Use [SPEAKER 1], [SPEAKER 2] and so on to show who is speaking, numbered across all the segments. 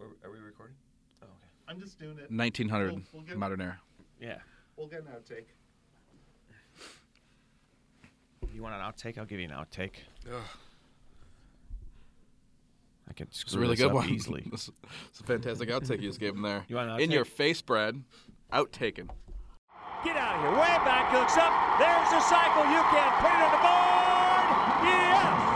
[SPEAKER 1] Are, are we recording? Oh, okay.
[SPEAKER 2] I'm just doing it.
[SPEAKER 3] 1900
[SPEAKER 2] We'll- we'll get-
[SPEAKER 3] modern era.
[SPEAKER 1] Yeah.
[SPEAKER 2] We'll get an outtake.
[SPEAKER 1] You want an outtake? I'll give you an outtake. I can
[SPEAKER 3] It's a
[SPEAKER 1] screw
[SPEAKER 3] really
[SPEAKER 1] this
[SPEAKER 3] good
[SPEAKER 1] up
[SPEAKER 3] one.
[SPEAKER 1] easily.
[SPEAKER 3] It's a fantastic outtake you just gave him there.
[SPEAKER 1] You want an
[SPEAKER 3] In your
[SPEAKER 1] outtake?
[SPEAKER 3] face, Brad. Outtaken.
[SPEAKER 4] Get out of here. Way back, Cooks up. There's the cycle. You can put it on the board. Yes.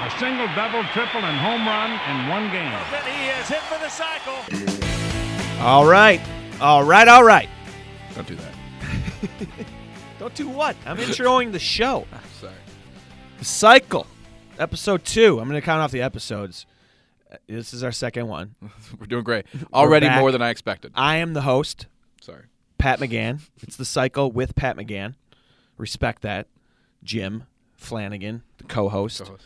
[SPEAKER 5] A single, double, triple, and home run in one game.
[SPEAKER 4] And he is hit for the cycle.
[SPEAKER 6] All right. All right. All right.
[SPEAKER 3] Don't do that.
[SPEAKER 6] Don't do what? I'm introing the show.
[SPEAKER 3] Sorry.
[SPEAKER 6] The cycle. Episode two. I'm going to count off the episodes. Uh, This is our second one.
[SPEAKER 3] We're doing great. Already
[SPEAKER 6] back.
[SPEAKER 3] more than I expected.
[SPEAKER 6] I am the host,
[SPEAKER 3] Sorry.
[SPEAKER 6] Pat McGann. It's the cycle with Pat McGann. Respect that. Jim Flanagan, the co host.
[SPEAKER 3] Co-host.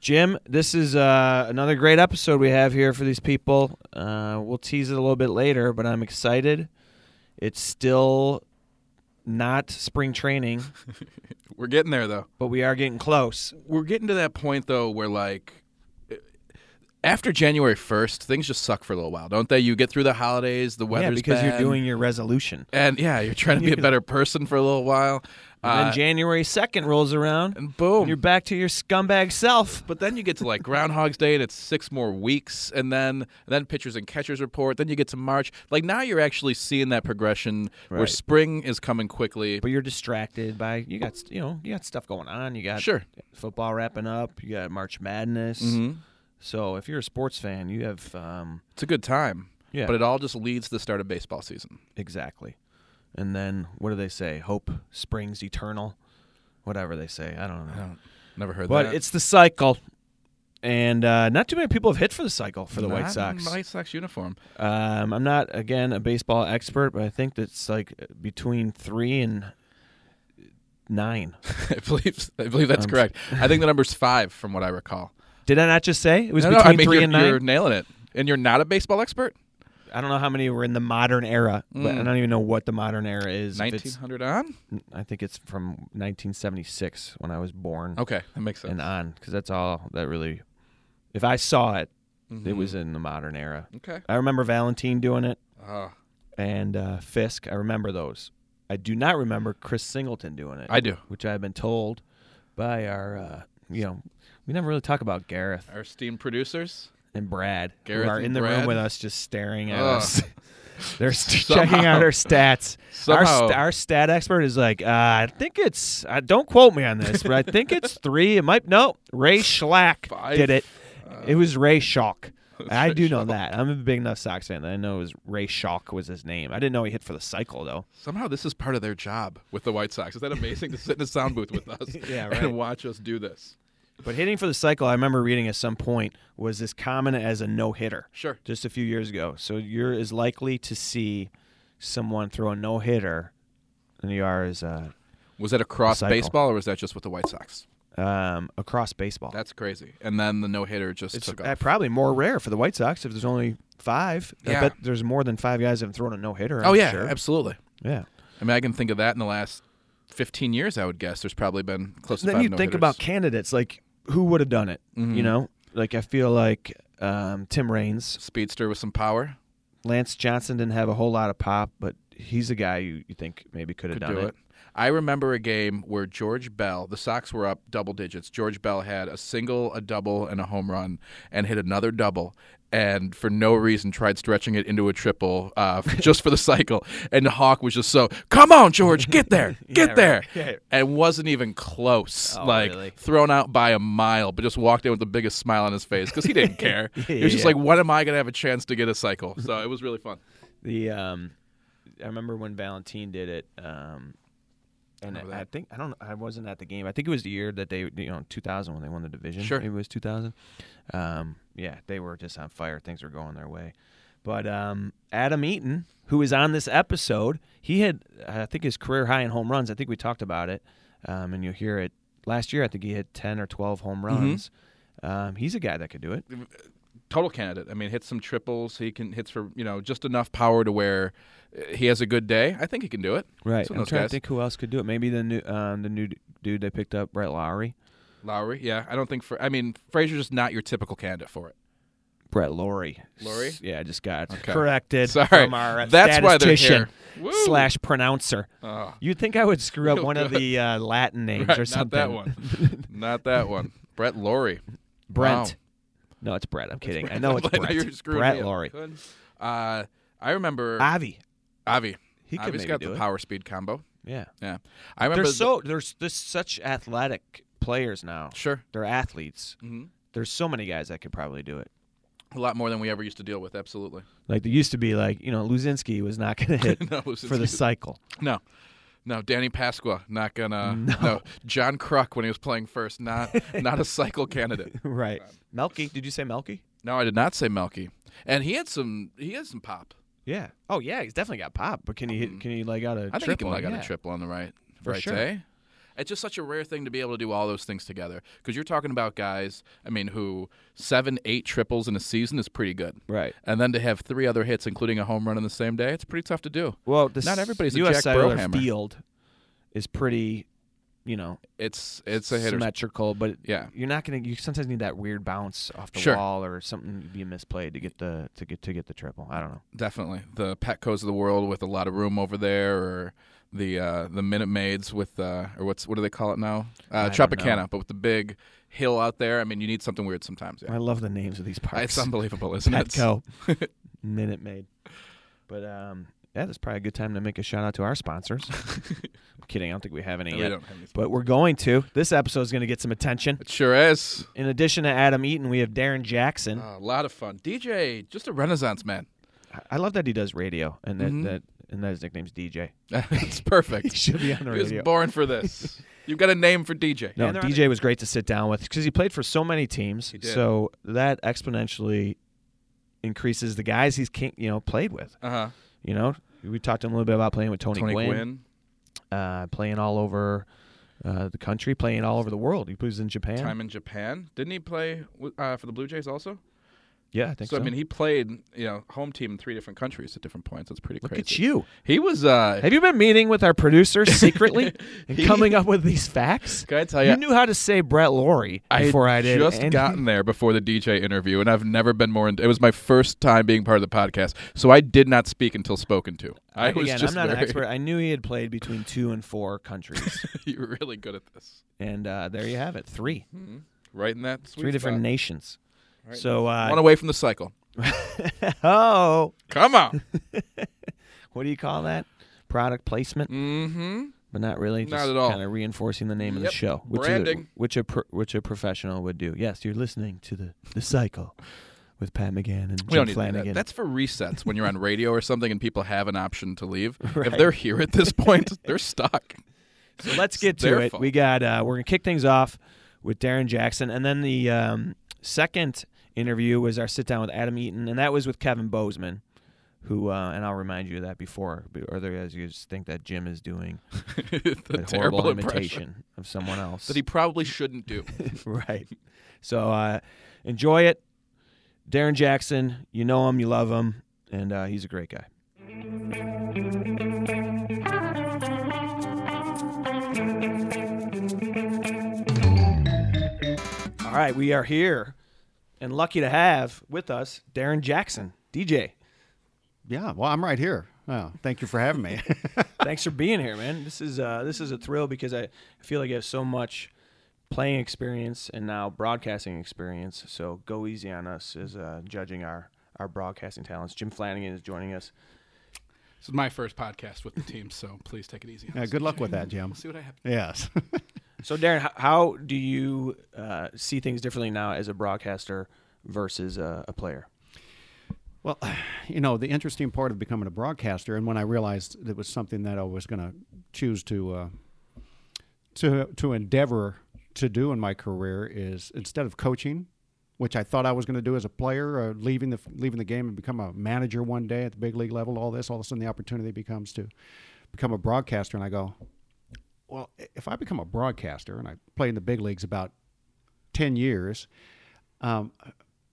[SPEAKER 6] Jim, this is uh, another great episode we have here for these people. Uh, we'll tease it a little bit later, but I'm excited. It's still not spring training,
[SPEAKER 3] We're getting there though.
[SPEAKER 6] but we are getting close.
[SPEAKER 3] We're getting to that point though where like eh, after January 1st, things just suck for a little while, don't they? You get through the holidays, the weather's
[SPEAKER 6] yeah, because you're
[SPEAKER 3] bad,
[SPEAKER 6] doing your resolution.
[SPEAKER 3] and yeah, you're trying to be a better person for a little while.
[SPEAKER 6] And
[SPEAKER 3] Uh,
[SPEAKER 6] then January 2nd rolls around,
[SPEAKER 3] and boom.
[SPEAKER 6] you're back to your scumbag self.
[SPEAKER 3] But then you get to like Groundhog's Day, and it's six more weeks, and then and then pitchers and catchers report. Then you get to March. Like now, you're actually seeing that progression where
[SPEAKER 6] Right.
[SPEAKER 3] spring is coming quickly.
[SPEAKER 6] But you're distracted by you got you know you got stuff going on. You got
[SPEAKER 3] Sure. Mm-hmm.
[SPEAKER 6] football wrapping up. You got March Madness. So if you're a sports fan, you have um,
[SPEAKER 3] It's a good time.
[SPEAKER 6] Yeah.
[SPEAKER 3] But it all just leads to the start of baseball season.
[SPEAKER 6] Exactly. And then what do they say? Hope springs eternal. Whatever they say. I don't know.
[SPEAKER 3] Never heard
[SPEAKER 6] but
[SPEAKER 3] Uh, that.
[SPEAKER 6] it's the cycle. And uh, not too many people have hit for the cycle for the
[SPEAKER 3] Not
[SPEAKER 6] White
[SPEAKER 3] in
[SPEAKER 6] Sox.
[SPEAKER 3] White Sox uniform.
[SPEAKER 6] Um, I'm not, again, a baseball expert, but I think that's like between three and nine.
[SPEAKER 3] I believe. I believe
[SPEAKER 6] Um,
[SPEAKER 3] that's correct. I think the number's five, from what I recall.
[SPEAKER 6] Did I not just say it was
[SPEAKER 3] No, no,
[SPEAKER 6] between
[SPEAKER 3] I mean,
[SPEAKER 6] three
[SPEAKER 3] you're,
[SPEAKER 6] and 9
[SPEAKER 3] you're nailing it. And you're not a baseball expert.
[SPEAKER 6] I don't know how many were in the modern era, but I don't even know what the modern era is. If
[SPEAKER 3] Mm. Nineteen
[SPEAKER 6] it's-
[SPEAKER 3] hundred on.
[SPEAKER 6] I think it's from 1976 when I was born.
[SPEAKER 3] Okay, that makes sense.
[SPEAKER 6] and on because that's all that really. If I saw it, it was
[SPEAKER 3] Mm-hmm.
[SPEAKER 6] in the modern era.
[SPEAKER 3] okay.
[SPEAKER 6] I remember Valentine doing it
[SPEAKER 3] Uh,
[SPEAKER 6] and uh, Fisk. I remember those. I do not remember Chris Singleton doing it.
[SPEAKER 3] I do.
[SPEAKER 6] which I've been told by our, uh, you know, we never really talk about Gareth
[SPEAKER 3] our esteemed producers.
[SPEAKER 6] and Brad,
[SPEAKER 3] Gareth
[SPEAKER 6] who are
[SPEAKER 3] and
[SPEAKER 6] in the
[SPEAKER 3] Brad?
[SPEAKER 6] room with us, just staring at
[SPEAKER 3] Ugh.
[SPEAKER 6] us. They're st- checking out our stats. Our,
[SPEAKER 3] Somehow.
[SPEAKER 6] st- our stat expert is like, uh, I think it's. Uh, don't quote me on this, but I think it's three. It might no. Ray Schlack
[SPEAKER 3] Five.
[SPEAKER 6] did it. it was Ray Schalk. I do know that. I'm a big enough Sox fan that I know it was Ray Schalk was his name. I didn't know he hit for the cycle though.
[SPEAKER 3] Somehow this is part of their job with the White Sox. Is that amazing to sit in a sound booth with us
[SPEAKER 6] Yeah, right.
[SPEAKER 3] and watch us do this?
[SPEAKER 6] But hitting for the cycle, I remember reading at some point was as common as a no hitter.
[SPEAKER 3] Sure.
[SPEAKER 6] Just a few years ago. So you're as likely to see someone throw a no hitter than you are as uh,
[SPEAKER 3] Was that across
[SPEAKER 6] Cycle.
[SPEAKER 3] baseball or was that just with the White Sox?
[SPEAKER 6] um, across baseball.
[SPEAKER 3] That's crazy. And then the no hitter just
[SPEAKER 6] it's
[SPEAKER 3] took
[SPEAKER 6] uh,
[SPEAKER 3] off.
[SPEAKER 6] probably more rare for the White Sox if there's only five.
[SPEAKER 3] Yeah.
[SPEAKER 6] I bet there's more than five guys that have thrown a no hitter.
[SPEAKER 3] oh yeah,
[SPEAKER 6] sure.
[SPEAKER 3] absolutely.
[SPEAKER 6] yeah.
[SPEAKER 3] I mean, I can think of that in the last 15 years. I would guess there's probably been close to
[SPEAKER 6] then
[SPEAKER 3] five
[SPEAKER 6] you think
[SPEAKER 3] no-hitters. Mm-hmm.
[SPEAKER 6] about candidates like who would have done it. You know, like I feel like um, Tim Raines,
[SPEAKER 3] speedster with some power.
[SPEAKER 6] Lance Johnson didn't have a whole lot of pop, but he's a guy you, you think maybe could have
[SPEAKER 3] Could
[SPEAKER 6] done
[SPEAKER 3] do it. I remember a game where George Bell, the Sox were up double digits. George Bell had a single, a double, and a home run, and hit another double, and for no reason tried stretching it into a triple uh, just for the cycle. And Hawk was just so, come on, George, get there, get there, and wasn't even close. like
[SPEAKER 6] Oh, really?
[SPEAKER 3] thrown out by a mile, but just walked in with the biggest smile on his face because he didn't care. he was just
[SPEAKER 6] Yeah.
[SPEAKER 3] like, when am I gonna have a chance to get a cycle? So it was really fun.
[SPEAKER 6] The um, I remember when Valentine did it. Um, and
[SPEAKER 3] Remember
[SPEAKER 6] I
[SPEAKER 3] that.
[SPEAKER 6] think I don't. I wasn't at the game. I think it was the year that they, you know, 2000 when they won the division.
[SPEAKER 3] Sure.
[SPEAKER 6] maybe it was 2000. Um, yeah, they were just on fire. Things were going their way. But um, Adam Eaton, who is on this episode, he had I think his career high in home runs. I think we talked about it, um, and you'll hear it last year. I think he hit 10 or 12 home
[SPEAKER 3] Mm-hmm.
[SPEAKER 6] runs. Um, he's a guy that could do it.
[SPEAKER 3] total candidate. I mean, hits some triples. He can hits for you know just enough power to where uh, he has a good day. I think he can do it.
[SPEAKER 6] Right.
[SPEAKER 3] It's one
[SPEAKER 6] I'm
[SPEAKER 3] of those
[SPEAKER 6] trying
[SPEAKER 3] guys.
[SPEAKER 6] to think who else could do it. Maybe the new um, the new d- dude they picked up, Brett Lowry.
[SPEAKER 3] Lowry. Yeah, I don't think for. I mean, Frazier's just not your typical candidate for it.
[SPEAKER 6] Brett Laurie.
[SPEAKER 3] Laurie?
[SPEAKER 6] S- Yeah, I just got
[SPEAKER 3] Okay.
[SPEAKER 6] corrected
[SPEAKER 3] Sorry.
[SPEAKER 6] from our uh,
[SPEAKER 3] That's why they're
[SPEAKER 6] statistician
[SPEAKER 3] here. Woo.
[SPEAKER 6] slash pronouncer.
[SPEAKER 3] Oh.
[SPEAKER 6] You'd think I would screw up
[SPEAKER 3] Real
[SPEAKER 6] one of
[SPEAKER 3] good.
[SPEAKER 6] the uh, Latin names
[SPEAKER 3] Right,
[SPEAKER 6] or something.
[SPEAKER 3] Not that one. not that one. Brett Laurie.
[SPEAKER 6] Brent.
[SPEAKER 3] Wow.
[SPEAKER 6] No, it's Brett. I'm kidding. I know it's
[SPEAKER 3] Now
[SPEAKER 6] Brett.
[SPEAKER 3] you're screwing
[SPEAKER 6] Brett
[SPEAKER 3] me up.
[SPEAKER 6] Laurie.
[SPEAKER 3] Good. Uh, I remember
[SPEAKER 6] Avi.
[SPEAKER 3] Avi.
[SPEAKER 6] He could
[SPEAKER 3] Avi's
[SPEAKER 6] maybe
[SPEAKER 3] got
[SPEAKER 6] do
[SPEAKER 3] the
[SPEAKER 6] it.
[SPEAKER 3] power speed combo.
[SPEAKER 6] Yeah.
[SPEAKER 3] Yeah, I remember.
[SPEAKER 6] They're
[SPEAKER 3] the-
[SPEAKER 6] so there's this such athletic players now.
[SPEAKER 3] sure
[SPEAKER 6] They're athletes.
[SPEAKER 3] Mhm.
[SPEAKER 6] There's so many guys that could probably do it.
[SPEAKER 3] a lot more than we ever used to deal with. Absolutely.
[SPEAKER 6] Like there used to be like, you know, Luzinski was not going to hit
[SPEAKER 3] No,
[SPEAKER 6] for the
[SPEAKER 3] Luzinski-
[SPEAKER 6] cycle.
[SPEAKER 3] No. No, Danny Pasqua not gonna. No. John Cruck when he was playing first, not not a cycle candidate.
[SPEAKER 6] Right. Melky, did you say Melky?
[SPEAKER 3] No, I did not say Melky, and he had some he had some pop.
[SPEAKER 6] Yeah. Oh yeah, he's definitely got pop, but can he hit can he like out a
[SPEAKER 3] Mm-hmm. I think he
[SPEAKER 6] triple?
[SPEAKER 3] can leg out
[SPEAKER 6] Yeah.
[SPEAKER 3] a triple on the right,
[SPEAKER 6] For
[SPEAKER 3] right
[SPEAKER 6] sure.
[SPEAKER 3] day. It's just such a rare thing to be able to do all those things together because you're talking about guys. I mean, who seven, eight triples in a season is pretty good,
[SPEAKER 6] Right.
[SPEAKER 3] and then to have three other hits, including a home run on the same day, it's pretty tough to do.
[SPEAKER 6] Well, the
[SPEAKER 3] Not everybody's a
[SPEAKER 6] US
[SPEAKER 3] Jack
[SPEAKER 6] cellular
[SPEAKER 3] Burrowhammer.
[SPEAKER 6] field is pretty, you know,
[SPEAKER 3] It's it's a hitter's
[SPEAKER 6] symmetrical, but
[SPEAKER 3] Yeah.
[SPEAKER 6] you're not gonna. You sometimes need that weird bounce off the
[SPEAKER 3] Sure.
[SPEAKER 6] wall or something to be misplayed to get the to get to get the triple. I don't know.
[SPEAKER 3] Definitely. The Petcos of the world with a lot of room over there or the uh, the Minute Maids with uh, or what's what do they call it now? Uh,
[SPEAKER 6] I don't
[SPEAKER 3] Tropicana,
[SPEAKER 6] know.
[SPEAKER 3] but with the big hill out there. I mean, you need something weird sometimes. Yeah.
[SPEAKER 6] I love the names of these
[SPEAKER 3] It's
[SPEAKER 6] parks.
[SPEAKER 3] unbelievable, isn't it?
[SPEAKER 6] Petco, Minute Maid, but um, yeah, that's probably a good time to make a shout out to our sponsors. I'm kidding. I don't think we have any
[SPEAKER 3] No, we
[SPEAKER 6] yet,
[SPEAKER 3] don't have any.
[SPEAKER 6] but we're going to. This episode is going to get some attention.
[SPEAKER 3] It sure is.
[SPEAKER 6] In addition to Adam Eaton, we have Darren Jackson.
[SPEAKER 3] Uh, a lot of fun. DJ, just a renaissance man.
[SPEAKER 6] I- I love that he does radio, and that, that and that his nickname's DJ.
[SPEAKER 3] it's Mm-hmm. perfect.
[SPEAKER 6] He should be on the
[SPEAKER 3] He was
[SPEAKER 6] radio.
[SPEAKER 3] born for this. You've got a name for DJ.
[SPEAKER 6] No,
[SPEAKER 3] And they're on
[SPEAKER 6] DJ was great to sit down with because he played for so many teams.
[SPEAKER 3] did.
[SPEAKER 6] So that exponentially increases the guys he's can, you know played with.
[SPEAKER 3] the- Uh-huh.
[SPEAKER 6] You know, we talked to him a little bit about playing with Tony,
[SPEAKER 3] Tony
[SPEAKER 6] Gwynn,
[SPEAKER 3] Gwynn.
[SPEAKER 6] Uh, playing all over uh, the country, playing all over the world. He plays in Japan.
[SPEAKER 3] Time in Japan. Didn't he play wi- uh, for the Blue Jays also?
[SPEAKER 6] Yeah, I think so.
[SPEAKER 3] So, I mean, he played, you know, home team in three different countries at different points. That's pretty
[SPEAKER 6] Look
[SPEAKER 3] crazy.
[SPEAKER 6] at you.
[SPEAKER 3] He was. uh
[SPEAKER 6] Have you been meeting with our producer secretly and
[SPEAKER 3] He-
[SPEAKER 6] coming up with these facts?
[SPEAKER 3] Can I tell ya-
[SPEAKER 6] You knew how to say Brett Laurie
[SPEAKER 3] I had
[SPEAKER 6] before I, did.
[SPEAKER 3] just
[SPEAKER 6] and-
[SPEAKER 3] gotten there before the DJ interview, and I've never been more. In- it was my first time being part of the podcast, so I did not speak until spoken to. I was
[SPEAKER 6] Again,
[SPEAKER 3] just
[SPEAKER 6] I'm not an
[SPEAKER 3] very-
[SPEAKER 6] expert. I knew he had played between two and four countries.
[SPEAKER 3] You're really good at this.
[SPEAKER 6] and uh, there you have it. Three.
[SPEAKER 3] Right in that sweet
[SPEAKER 6] three different
[SPEAKER 3] spot.
[SPEAKER 6] nations. So,
[SPEAKER 3] One
[SPEAKER 6] uh,
[SPEAKER 3] away from the cycle.
[SPEAKER 6] oh,
[SPEAKER 3] Come on.
[SPEAKER 6] what do you call that? Product placement,
[SPEAKER 3] mm-hmm.
[SPEAKER 6] but not really.
[SPEAKER 3] Not
[SPEAKER 6] Just
[SPEAKER 3] at all.
[SPEAKER 6] Kind of reinforcing the name of
[SPEAKER 3] Yep,
[SPEAKER 6] the show, which
[SPEAKER 3] branding.
[SPEAKER 6] A, which a pro, which a professional would do. Yes, you're listening to the the cycle with Pat McGann and
[SPEAKER 3] We
[SPEAKER 6] Jim
[SPEAKER 3] don't need to do
[SPEAKER 6] Flanagan.
[SPEAKER 3] that. That's for resets when you're on radio or something, and people have an option to leave. If
[SPEAKER 6] Right.
[SPEAKER 3] they're here at this point, they're stuck.
[SPEAKER 6] So let's get to
[SPEAKER 3] their
[SPEAKER 6] it.
[SPEAKER 3] fault.
[SPEAKER 6] We got uh, we're gonna kick things off with Darren Jackson, and then the um, second interview was our sit down with Adam Eaton, and that was with Kevin Bozeman, who uh, and I'll remind you of that before. b- Other guys, you just think that Jim is doing
[SPEAKER 3] the
[SPEAKER 6] a
[SPEAKER 3] terrible
[SPEAKER 6] horrible
[SPEAKER 3] impression.
[SPEAKER 6] imitation of someone else.
[SPEAKER 3] that he probably shouldn't do.
[SPEAKER 6] right. So uh, enjoy it, Darren Jackson. You know him, you love him, and uh, he's a great guy. All right, we are here and lucky to have with us Darren Jackson, DJ.
[SPEAKER 7] Yeah, well, I'm right here. Oh, thank you for having me.
[SPEAKER 6] Thanks for being here, man. This is uh, this is a thrill because I feel like I have so much playing experience and now broadcasting experience. So go easy on us as uh, judging our our broadcasting talents. Jim Flanagan is joining us.
[SPEAKER 8] This is my first podcast with the team, so please take it easy.
[SPEAKER 7] yeah, good luck with that, Jim.
[SPEAKER 8] See what I have.
[SPEAKER 7] Yes.
[SPEAKER 6] So Darren, how, how do you uh, see things differently now as a broadcaster versus a, a player?
[SPEAKER 7] well, you know, the interesting part of becoming a broadcaster, and when I realized it was something that I was going to choose to uh, to to endeavor to do in my career, is instead of coaching, which I thought I was going to do as a player, uh, leaving the leaving the game and become a manager one day at the big league level, all this, all of a sudden the opportunity becomes to become a broadcaster, and I go, well, if I become a broadcaster and I play in the big leagues about 10 years, um,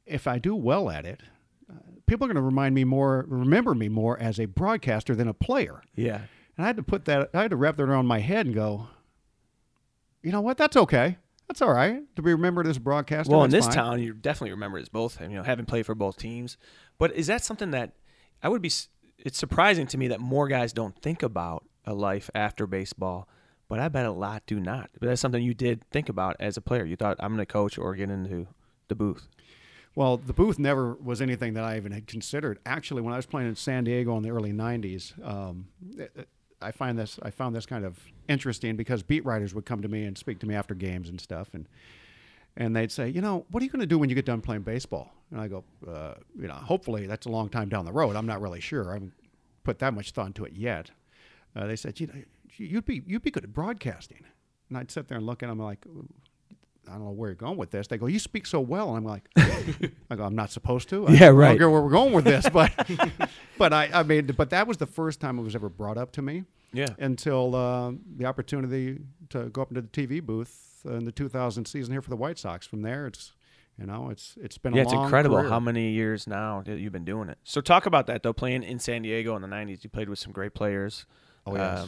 [SPEAKER 7] if I do well at it, uh, people are going to remind me more, remember me more as a broadcaster than a player.
[SPEAKER 6] Yeah,
[SPEAKER 7] And I had to put that, I had to wrap that around my head and go, you know what? That's okay. That's all right to be remembered as a broadcaster.
[SPEAKER 6] Well, in
[SPEAKER 7] that's
[SPEAKER 6] this
[SPEAKER 7] fine.
[SPEAKER 6] town, you definitely remember as both. You know, having played for both teams. But is that something that I would be? s- It's surprising to me that more guys don't think about a life after baseball. But I bet a lot do not. But that's something you did think about as a player. You thought I'm going to coach or get into the booth.
[SPEAKER 7] Well, the booth never was anything that I even had considered. Actually, when I was playing in San Diego in the early '90s, um, I find this I found this kind of interesting because beat writers would come to me and speak to me after games and stuff, and and they'd say, you know, what are you going to do when you get done playing baseball? And I go, uh, you know, hopefully that's a long time down the road. I'm not really sure. I haven't put that much thought into it yet. Uh, they said, you know, you'd be you'd be good at broadcasting, and I'd sit there and look, and I'm like. I don't know where you're going with this. They go, you speak so well, and I'm like, I go, I'm not supposed to. I,
[SPEAKER 6] Yeah,
[SPEAKER 7] I
[SPEAKER 6] right.
[SPEAKER 7] don't care where we're going with this, but, but I, I mean, but that was the first time it was ever brought up to me.
[SPEAKER 6] Yeah.
[SPEAKER 7] Until uh, the opportunity to go up into the TV booth in the 2000 season here for the White Sox. From there, it's, you know, it's it's been
[SPEAKER 6] yeah,
[SPEAKER 7] a
[SPEAKER 6] it's
[SPEAKER 7] long
[SPEAKER 6] incredible
[SPEAKER 7] career.
[SPEAKER 6] how many years now that you've been doing it. So talk about that though. Playing in San Diego in the '90s, you played with some great players. Um,
[SPEAKER 7] Oh, yes.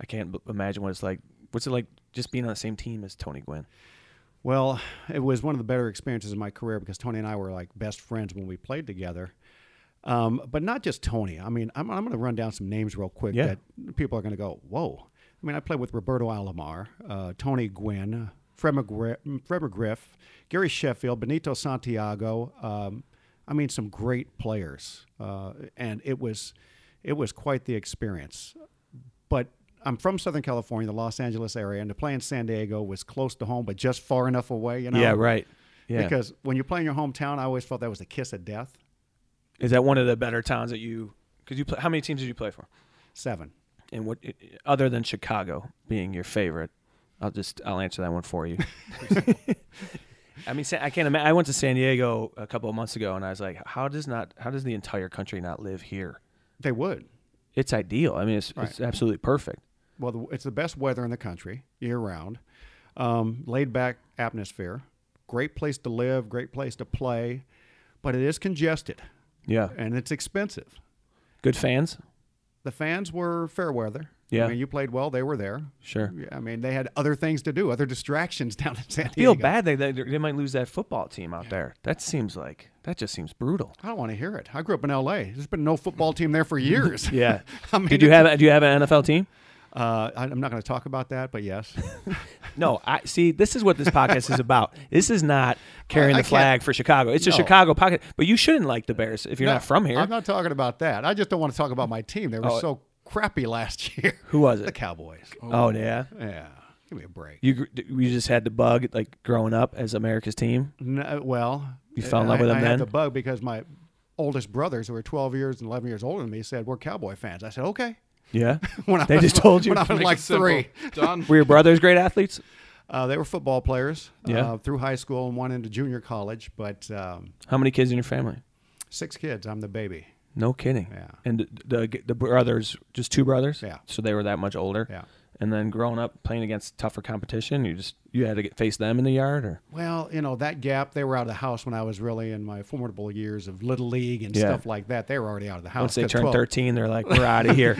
[SPEAKER 6] I can't b- imagine what it's like. What's it like just being on the same team as Tony Gwynn?
[SPEAKER 7] Well, it was one of the better experiences in my career because Tony and I were like best friends when we played together. Um, but not just Tony. I mean, I'm, I'm going to run down some names real quick
[SPEAKER 6] Yeah.
[SPEAKER 7] that people are going to go, whoa. I mean, I played with Roberto Alomar, uh, Tony Gwynn, Fred, McGri- Fred McGriff, Gary Sheffield, Benito Santiago. Um, I mean, some great players. Uh, and it was, it was quite the experience but I'm from Southern California, the Los Angeles area, and to play in San Diego was close to home, but just far enough away, you know?
[SPEAKER 6] right. Yeah,
[SPEAKER 7] Because when you play in your hometown, I always felt that was the kiss of death.
[SPEAKER 6] is that one of the better towns that you? Because you play, how many teams did you play for?
[SPEAKER 7] Seven.
[SPEAKER 6] And what other than Chicago being your favorite? I'll just I'll answer that one for you. I mean, Sa- I can't imagine. I went to San Diego a couple of months ago, and I was like, how does not how does the entire country not live here?
[SPEAKER 7] They would.
[SPEAKER 6] it's ideal. I mean, it's, it's absolutely perfect.
[SPEAKER 7] Well, the, it's the best weather in the country year round, um, laid back atmosphere, great place to live, great place to play, but it is congested
[SPEAKER 6] Yeah.
[SPEAKER 7] and it's expensive.
[SPEAKER 6] Good fans.
[SPEAKER 7] The fans were fair weather.
[SPEAKER 6] Yeah.
[SPEAKER 7] I mean, you played well, they were there.
[SPEAKER 6] Sure.
[SPEAKER 7] I mean, they had other things to do, other distractions down in San
[SPEAKER 6] Feel
[SPEAKER 7] Diego.
[SPEAKER 6] bad they, they they might lose that football team out there. That seems like that just seems brutal.
[SPEAKER 7] I don't want to hear it. I grew up in L.A. There's been no football team there for years. I mean,
[SPEAKER 6] Did you have do you have an NFL team?
[SPEAKER 7] Uh, I, I'm not going to talk about that, but yes.
[SPEAKER 6] No. I see. This is what this podcast is about. This is not carrying
[SPEAKER 7] I- I
[SPEAKER 6] the flag
[SPEAKER 7] can't-
[SPEAKER 6] for Chicago. It's a
[SPEAKER 7] No.
[SPEAKER 6] Chicago pocket. But you shouldn't like the Bears if you're
[SPEAKER 7] No,
[SPEAKER 6] not from here.
[SPEAKER 7] I'm not talking about that. I just don't want to talk about my team. They were
[SPEAKER 6] Oh.
[SPEAKER 7] so crappy last year.
[SPEAKER 6] Who was
[SPEAKER 7] The
[SPEAKER 6] it?
[SPEAKER 7] Cowboys.
[SPEAKER 6] oh yeah.
[SPEAKER 7] Yeah. Give me a break.
[SPEAKER 6] You gr- you just had the bug like growing up as America's team.
[SPEAKER 7] No, uh, well,
[SPEAKER 6] You fell in love
[SPEAKER 7] I-
[SPEAKER 6] with them
[SPEAKER 7] I
[SPEAKER 6] then?
[SPEAKER 7] had the bug because my oldest brothers, who were 12 years and 11 years older than me, said we're Cowboy fans. I said okay.
[SPEAKER 6] Yeah.
[SPEAKER 7] When I
[SPEAKER 6] They
[SPEAKER 7] was,
[SPEAKER 6] just told you?
[SPEAKER 7] when I was
[SPEAKER 8] Make it
[SPEAKER 7] like
[SPEAKER 8] simple.
[SPEAKER 7] three.
[SPEAKER 8] Done.
[SPEAKER 6] Were your brothers great athletes?
[SPEAKER 7] Uh, they were football players
[SPEAKER 6] Yeah.
[SPEAKER 7] uh, through high school and one into junior college, but um,
[SPEAKER 6] How many kids in your family?
[SPEAKER 7] six kids. I'm the baby.
[SPEAKER 6] No kidding.
[SPEAKER 7] Yeah.
[SPEAKER 6] And the, the the brothers, just two brothers.
[SPEAKER 7] Yeah.
[SPEAKER 6] So they were that much older.
[SPEAKER 7] Yeah.
[SPEAKER 6] And then growing up playing against tougher competition, you just you had to get, face them in the yard, or
[SPEAKER 7] Well, you know, that gap, they were out of the house when I was really in my formidable years of Little League and
[SPEAKER 6] Yeah.
[SPEAKER 7] stuff like that. They were already out of the house.
[SPEAKER 6] once they
[SPEAKER 7] 'cause
[SPEAKER 6] turn
[SPEAKER 7] 12
[SPEAKER 6] thirteen, they're like, we're out of here.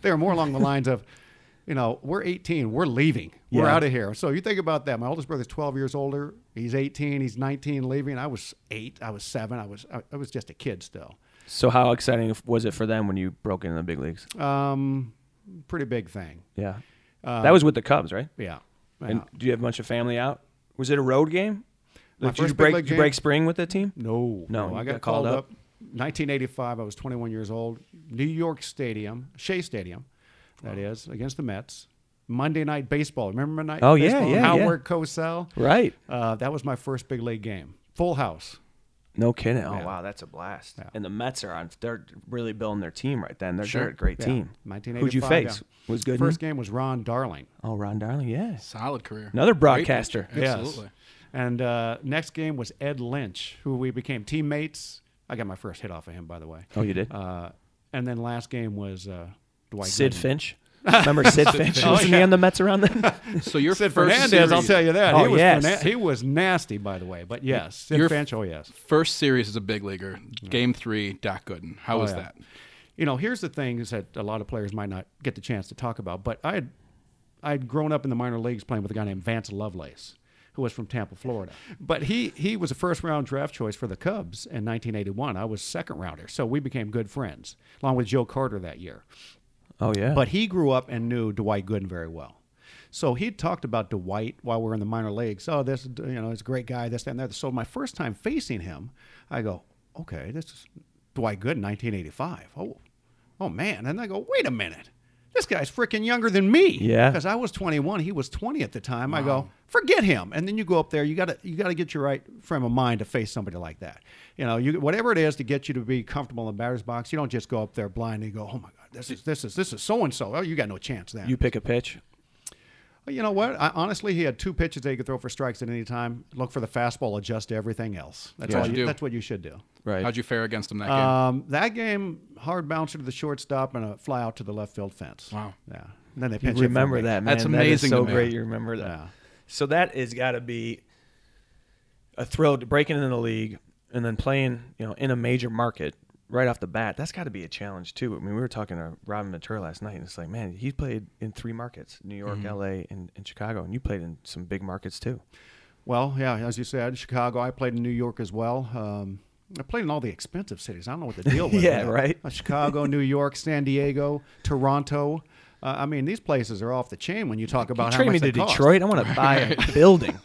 [SPEAKER 7] They were more along the lines of, you know, we're 18, we're leaving, we're
[SPEAKER 6] Yeah.
[SPEAKER 7] out of here. So you think about that. My oldest brother's 12 years older. He's 18, he's 19, leaving. I was eight, I was seven, I was, I, I was just a kid still.
[SPEAKER 6] so how exciting was it for them when you broke into the big leagues?
[SPEAKER 7] Um, pretty big thing.
[SPEAKER 6] Yeah. that was with the Cubs, right?
[SPEAKER 7] um, Yeah.
[SPEAKER 6] And do you have a bunch of family out? Was it a road game?
[SPEAKER 7] My
[SPEAKER 6] Like, did you
[SPEAKER 7] first big
[SPEAKER 6] break
[SPEAKER 7] league
[SPEAKER 6] did you break
[SPEAKER 7] game?
[SPEAKER 6] spring with that team?
[SPEAKER 7] No,
[SPEAKER 6] No,
[SPEAKER 7] I
[SPEAKER 6] you
[SPEAKER 7] got,
[SPEAKER 6] got
[SPEAKER 7] called
[SPEAKER 6] called
[SPEAKER 7] up. 1985. I was 21 years old. New York Stadium, Shea Stadium, that is, against the Mets. Monday Night Baseball. Remember Monday Night
[SPEAKER 6] Oh, yeah,
[SPEAKER 7] Baseball?
[SPEAKER 6] yeah, yeah.
[SPEAKER 7] Howard Cosell.
[SPEAKER 6] Right.
[SPEAKER 7] Uh, that was my first big league game. Full house.
[SPEAKER 6] No kidding. Oh wow, that's a blast. And the Mets are on. They're really building their team right then. They're, they're a great
[SPEAKER 7] Yeah,
[SPEAKER 6] team.
[SPEAKER 7] 1985.
[SPEAKER 6] Who'd you face?
[SPEAKER 7] yeah.
[SPEAKER 6] Was good.
[SPEAKER 7] First game was Ron Darling.
[SPEAKER 6] Oh, Ron Darling. Yes.
[SPEAKER 8] Solid career.
[SPEAKER 6] Another
[SPEAKER 8] Great-
[SPEAKER 6] broadcaster.
[SPEAKER 7] Yes.
[SPEAKER 8] Absolutely.
[SPEAKER 7] And uh, next game was Ed Lynch, who we became teammates. I got my first hit off of him, by the way.
[SPEAKER 6] Oh, you did.
[SPEAKER 7] Uh, and then last game was uh, Dwight.
[SPEAKER 6] Sid
[SPEAKER 7] Gooden.
[SPEAKER 6] Finch. Remember Sid Finch?
[SPEAKER 7] Oh,
[SPEAKER 6] Wasn't
[SPEAKER 7] yeah.
[SPEAKER 6] he on the Mets around then?
[SPEAKER 8] So your
[SPEAKER 7] Sid
[SPEAKER 8] first
[SPEAKER 7] Fernandez,
[SPEAKER 8] series,
[SPEAKER 7] I'll tell you that.
[SPEAKER 6] Oh,
[SPEAKER 7] he, was
[SPEAKER 6] yes.
[SPEAKER 7] fina- he was nasty, by the way. But yes, Sid
[SPEAKER 8] Your-
[SPEAKER 7] Finch, oh, yes.
[SPEAKER 8] First series as a big leaguer, game three, Doc Gooden. How
[SPEAKER 6] Oh,
[SPEAKER 8] was
[SPEAKER 7] yeah.
[SPEAKER 8] that?
[SPEAKER 7] You know, here's the things that a lot of players might not get the chance to talk about. But I had I'd grown up in the minor leagues playing with a guy named Vance Lovelace. who was from Tampa, Florida. But he he was a first round draft choice for the Cubs in 1981. I was second rounder, so we became good friends, along with Joe Carter that year.
[SPEAKER 6] Oh yeah.
[SPEAKER 7] But he grew up and knew Dwight Gooden very well. So he talked about Dwight while we we're in the minor leagues. Oh, this, you know, he's a great guy, this, that, and that. So my first time facing him, I go, okay, this is Dwight Gooden, 1985. Oh, oh man. And I go, wait a minute. This guy's freaking younger than me.
[SPEAKER 6] Yeah.
[SPEAKER 7] Because I was 21, he was 20 at the time. I go, forget him. And then you go up there. You got to you got to get your right frame of mind to face somebody like that. You know, you whatever it is to get you to be comfortable in the batter's box. You don't just go up there blind and go, oh my god, this is this is this is so and so. Oh, you got no chance then.
[SPEAKER 6] you pick a pitch.
[SPEAKER 7] Well, You know what? I, honestly, he had two pitches that he could throw for strikes at any time. Look for the fastball, adjust to everything else. That's
[SPEAKER 3] Yeah.
[SPEAKER 7] all
[SPEAKER 3] Should
[SPEAKER 7] you,
[SPEAKER 3] do.
[SPEAKER 7] That's what you should do.
[SPEAKER 6] Right. Oh,
[SPEAKER 3] How'd you fare against him that
[SPEAKER 7] Um, that game, hard bouncer to the shortstop and a fly out to the left field fence.
[SPEAKER 8] Wow.
[SPEAKER 7] Yeah. And then they
[SPEAKER 6] You
[SPEAKER 7] pinch hit for
[SPEAKER 6] remember
[SPEAKER 7] me.
[SPEAKER 6] that, man.
[SPEAKER 3] That's
[SPEAKER 6] That is
[SPEAKER 3] amazing to
[SPEAKER 6] so
[SPEAKER 3] me.
[SPEAKER 6] great. You remember that.
[SPEAKER 7] Yeah.
[SPEAKER 6] So that has got to be a thrill to breaking into the league and then playing, you know, in a major market right off the bat. That's got to be a challenge too. I mean, we were talking to Robin Ventura last night, and it's like, man, he played in three markets: New York, L.A., and, and Chicago. And you played in some big markets too.
[SPEAKER 7] Well, yeah, as you said, Chicago. I played in New York as well. Um, I played in all the expensive cities. I don't know what the deal was.
[SPEAKER 6] Yeah, right.
[SPEAKER 7] Uh, Chicago, New York, San Diego, Toronto. Uh, I mean, these places are off the chain when you talk about Oh, how
[SPEAKER 6] Trade
[SPEAKER 7] much
[SPEAKER 6] me to
[SPEAKER 7] they cost.
[SPEAKER 6] Detroit. I want to buy a building.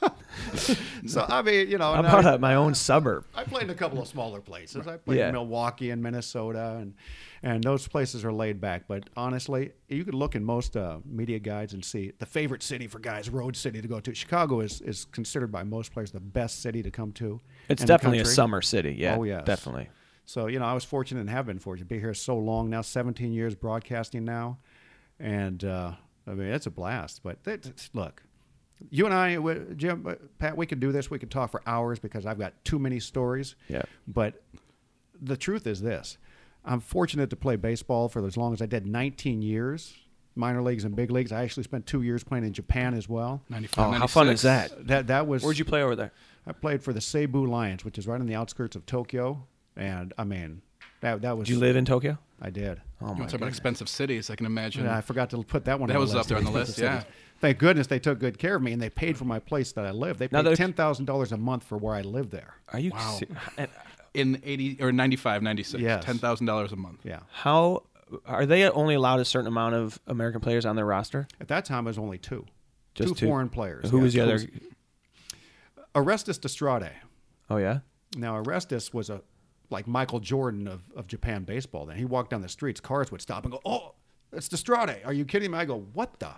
[SPEAKER 7] So I mean, you know,
[SPEAKER 6] I
[SPEAKER 7] and
[SPEAKER 6] bought
[SPEAKER 7] I-
[SPEAKER 6] up my own suburb.
[SPEAKER 7] I played in a couple of smaller places. I played
[SPEAKER 6] Yeah.
[SPEAKER 7] in Milwaukee and Minnesota, and and those places are laid back. But honestly, you could look in most uh, media guides and see the favorite city for guys, road city to go to. Chicago is is considered by most players the best city to come to.
[SPEAKER 6] It's
[SPEAKER 7] in the
[SPEAKER 6] definitely a
[SPEAKER 7] country.
[SPEAKER 6] summer city. Yeah.
[SPEAKER 7] Oh, yes.
[SPEAKER 6] Definitely.
[SPEAKER 7] So you know, I was fortunate and have been fortunate to be here so long now, 17 years broadcasting now, and uh, I mean it's a blast. But that, that's- look, you and I, we- Jim, uh, Pat, we could do this. We could talk for hours because I've got too many stories.
[SPEAKER 6] Yeah.
[SPEAKER 7] But the truth is this: I'm fortunate to play baseball for as long as I did, 19 years, minor leagues and big leagues. I actually spent two years playing in Japan as well.
[SPEAKER 8] 95,
[SPEAKER 6] Oh, how fun
[SPEAKER 8] 96.
[SPEAKER 6] is that?
[SPEAKER 7] That that was
[SPEAKER 6] Where'd you play over there?
[SPEAKER 7] I played for the Seibu Lions, which is right on the outskirts of Tokyo, and I mean, that that was.
[SPEAKER 6] Did you live in Tokyo?
[SPEAKER 7] I did.
[SPEAKER 6] Oh
[SPEAKER 8] You want
[SPEAKER 6] my
[SPEAKER 8] to talk about expensive cities? I can imagine.
[SPEAKER 7] And I forgot to put that one.
[SPEAKER 8] That
[SPEAKER 7] on
[SPEAKER 8] was
[SPEAKER 7] the
[SPEAKER 8] up
[SPEAKER 7] list.
[SPEAKER 8] there on the
[SPEAKER 7] Expensive
[SPEAKER 8] list, yeah.
[SPEAKER 7] cities. Thank goodness they took good care of me and they paid for my place that I lived. They
[SPEAKER 6] Now
[SPEAKER 7] paid
[SPEAKER 6] there's-
[SPEAKER 7] ten thousand dollars a month for where I lived there.
[SPEAKER 6] Are you?
[SPEAKER 8] Wow.
[SPEAKER 6] se- and
[SPEAKER 8] in 80 or 95, 96,
[SPEAKER 7] Yes.
[SPEAKER 8] $10,000 a month.
[SPEAKER 7] Yeah.
[SPEAKER 6] How are they only allowed a certain amount of American players on their roster?
[SPEAKER 7] At that time, it was only two,
[SPEAKER 6] Just two?
[SPEAKER 7] foreign players.
[SPEAKER 6] Who
[SPEAKER 7] Yeah.
[SPEAKER 6] was the other?
[SPEAKER 7] Orestes Destrade.
[SPEAKER 6] Oh yeah,
[SPEAKER 7] Now Orestes was a like Michael Jordan of, of Japan baseball. Then he walked down the streets, cars would stop and go, "Oh, it's Destrade! Are you kidding me?" I go, "What the."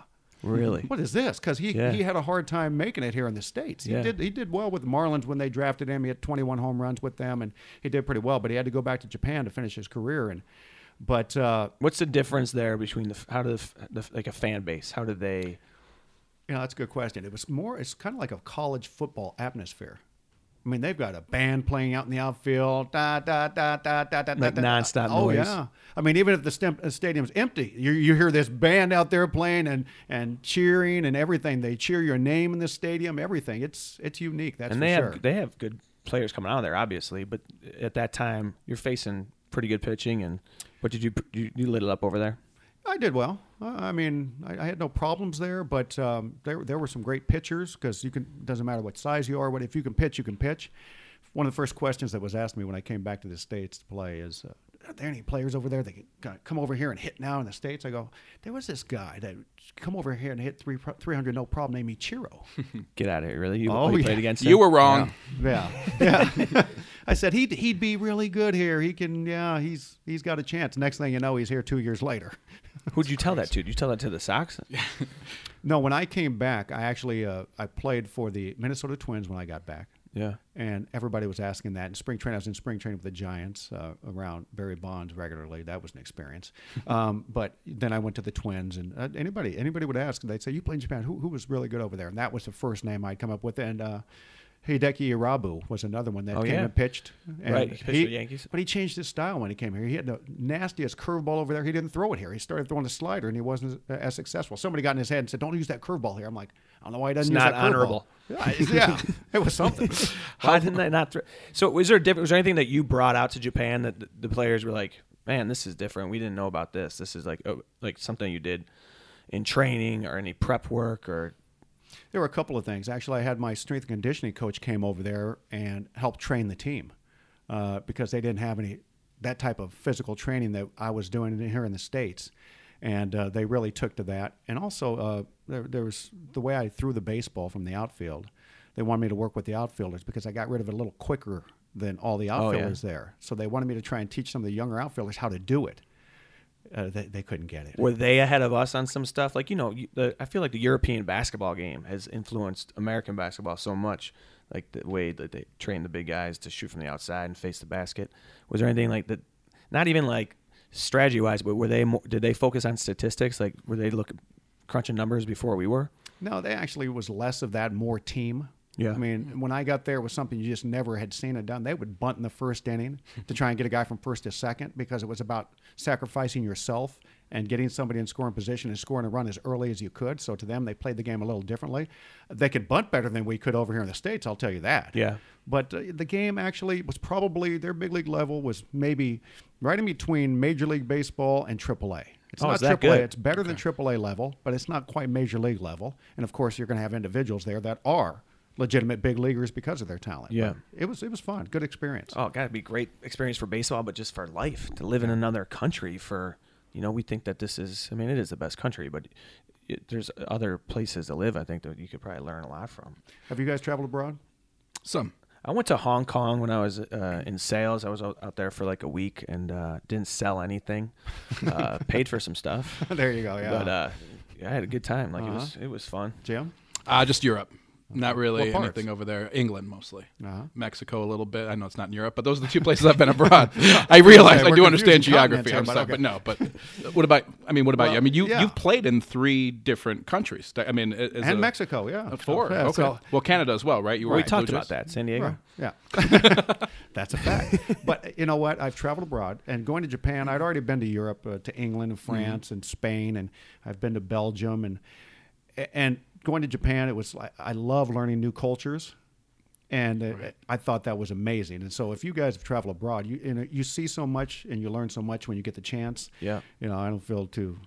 [SPEAKER 6] really?
[SPEAKER 7] What is this? Because he,
[SPEAKER 6] Yeah.
[SPEAKER 7] he had a hard time making it here in the states. He
[SPEAKER 6] Yeah.
[SPEAKER 7] did he did well with the Marlins when they drafted him. He had 21 home runs with them, and he did pretty well. But he had to go back to Japan to finish his career. And but uh,
[SPEAKER 6] What's the difference there between the f- how do the, f- the f- like a fan base? How do they?
[SPEAKER 7] you know that's a good question. It was more. It's kind of like a college football atmosphere. I mean, they've got a band playing out in the outfield, da da da da da da,
[SPEAKER 6] Like
[SPEAKER 7] da,
[SPEAKER 6] nonstop
[SPEAKER 7] da. Oh
[SPEAKER 6] noise.
[SPEAKER 7] yeah. I mean, even if the stem, uh, stadium's empty, you, you hear this band out there playing and, and cheering and everything. They cheer your name in the stadium. Everything. It's it's unique. That's
[SPEAKER 6] and
[SPEAKER 7] for
[SPEAKER 6] they
[SPEAKER 7] sure.
[SPEAKER 6] have they have good players coming out of there, obviously. But at that time, you're facing pretty good pitching. And what did you you, you lit it up over there?
[SPEAKER 7] I did well. I I mean, I, I had no problems there, but um, there there were some great pitchers because you can doesn't matter what size you are, what if you can pitch, you can pitch. One of the first questions that was asked me when I came back to the states to play is, uh, "Are there any players over there that can kinda come over here and hit now in the states?" I go, "There was this guy that come over here and hit three three hundred no problem named Ichiro."
[SPEAKER 6] Get out of here, really? You,
[SPEAKER 7] Oh,
[SPEAKER 6] you
[SPEAKER 7] yeah.
[SPEAKER 6] played against
[SPEAKER 3] You
[SPEAKER 6] him?
[SPEAKER 3] were wrong.
[SPEAKER 7] Yeah, yeah. I said he'd he'd be really good here. He can, yeah. He's he's got a chance. Next thing you know, he's here two years later.
[SPEAKER 6] Who'd you tell that to? Did you tell that to the Sox?
[SPEAKER 7] No, when I came back, I actually uh, I played for the Minnesota Twins when I got back,
[SPEAKER 6] Yeah.
[SPEAKER 7] and everybody was asking that. In spring training, I was in spring training with the Giants uh, around Barry Bonds regularly. That was an experience. um, but then I went to the Twins, and uh, anybody anybody would ask, they'd say, "You played in Japan? Who, who was really good over there?" And that was the first name I'd come up with, and. Uh, Hideki Irabu was another one that
[SPEAKER 6] Oh,
[SPEAKER 7] came
[SPEAKER 6] yeah.
[SPEAKER 7] and pitched. And
[SPEAKER 6] Right, he pitched for the Yankees.
[SPEAKER 7] But he changed his style when he came here. He had the nastiest curveball over there. He didn't throw it here. He started throwing a slider, and he wasn't as, as successful. Somebody got in his head and said, "Don't use that curveball here." I'm like, I don't know why he doesn't
[SPEAKER 6] It's
[SPEAKER 7] use
[SPEAKER 6] not
[SPEAKER 7] that curveball."
[SPEAKER 6] honorable.
[SPEAKER 7] Yeah, it's- yeah, it was something.
[SPEAKER 6] How didn't they not? Throw? So was there a different? Was there anything that you brought out to Japan that th- the players were like, "Man, this is different. We didn't know about this. This is like oh, like something you did in training or any prep work or
[SPEAKER 7] There were a couple of things. Actually, I had my strength and conditioning coach came over there and helped train the team uh, because they didn't have any that type of physical training that I was doing in- here in the states, and uh, they really took to that. And also, uh, there, there was the way I threw the baseball from the outfield. They wanted me to work with the outfielders because I got rid of it a little quicker than all the outfielders there. So they wanted me to try and teach some of the younger outfielders how to do it. Uh, they, they couldn't get it.
[SPEAKER 6] Were they ahead of us on some stuff? Like you know, you, the, I feel like the European basketball game has influenced American basketball so much. Like the way that they train the big guys to shoot from the outside and face the basket. Was there anything like that? Not even like strategy wise, but were they? More, did they focus on statistics? Like were they look crunching numbers before we were?
[SPEAKER 7] No, they actually was less of that, more team.
[SPEAKER 6] Yeah.
[SPEAKER 7] I mean, when I got there, it was something you just never had seen it done. They would bunt in the first inning to try and get a guy from first to second because it was about sacrificing yourself and getting somebody in scoring position and scoring a run as early as you could. So to them, they played the game a little differently. They could bunt better than we could over here in the States, I'll tell you that.
[SPEAKER 6] Yeah.
[SPEAKER 7] But uh, the game actually was probably their big league level was maybe right in between Major League Baseball and AAA. It's
[SPEAKER 6] Oh,
[SPEAKER 7] not
[SPEAKER 6] is that
[SPEAKER 7] AAA,
[SPEAKER 6] good?
[SPEAKER 7] it's better than AAA level, but it's not quite major league level. And of course, you're going to have individuals there that are legitimate big leaguers because of their talent.
[SPEAKER 6] Yeah.
[SPEAKER 7] But it was it was fun, good experience.
[SPEAKER 6] Oh, gotta be great experience for baseball, but just for life to live in another country. For you know, we think that this is. I mean, it is the best country, but it, there's other places to live. I think that you could probably learn a lot from.
[SPEAKER 7] Have you guys traveled abroad?
[SPEAKER 8] Some.
[SPEAKER 6] I went to Hong Kong when I was uh, in sales. I was out out there for like a week and uh, didn't sell anything. Uh, paid for some stuff,
[SPEAKER 7] there you go. Yeah.
[SPEAKER 6] but uh, I had a good time. Like it was, it was fun.
[SPEAKER 7] Jim,
[SPEAKER 8] Uh, just Europe. Not really
[SPEAKER 7] What parts?
[SPEAKER 8] anything over there. England mostly.
[SPEAKER 7] Uh-huh.
[SPEAKER 8] Mexico a little bit. I know it's not in Europe, but those are the two places I've been abroad. I realize
[SPEAKER 7] Okay,
[SPEAKER 8] I
[SPEAKER 7] we're
[SPEAKER 8] do understand
[SPEAKER 7] confusing continents
[SPEAKER 8] geography.
[SPEAKER 7] here,
[SPEAKER 8] I'm
[SPEAKER 7] but
[SPEAKER 8] sorry,
[SPEAKER 7] okay.
[SPEAKER 8] but no. But what about? I mean, what about you? I mean, you
[SPEAKER 7] yeah.
[SPEAKER 8] you've played in three different countries. I mean, a- as
[SPEAKER 7] and
[SPEAKER 8] a-
[SPEAKER 7] Mexico. Yeah.
[SPEAKER 8] a four.
[SPEAKER 7] Yeah,
[SPEAKER 8] okay.
[SPEAKER 7] so-
[SPEAKER 8] well, Canada as well, right? You were
[SPEAKER 6] We
[SPEAKER 8] at
[SPEAKER 6] talked
[SPEAKER 8] Blue
[SPEAKER 6] about
[SPEAKER 8] Jays?
[SPEAKER 6] that, San Diego.
[SPEAKER 7] Yeah. That's a fact. but you know what? I've traveled abroad and going to Japan, I'd already been to Europe, uh, to England and France and Spain, and I've been to Belgium. And, and going to Japan, it was like, I love learning new cultures. And uh, I thought that was amazing. And so if you guys have traveled abroad, you, you, know, you see so much and you learn so much when you get the chance.
[SPEAKER 6] Yeah.
[SPEAKER 7] You know, I don't feel too,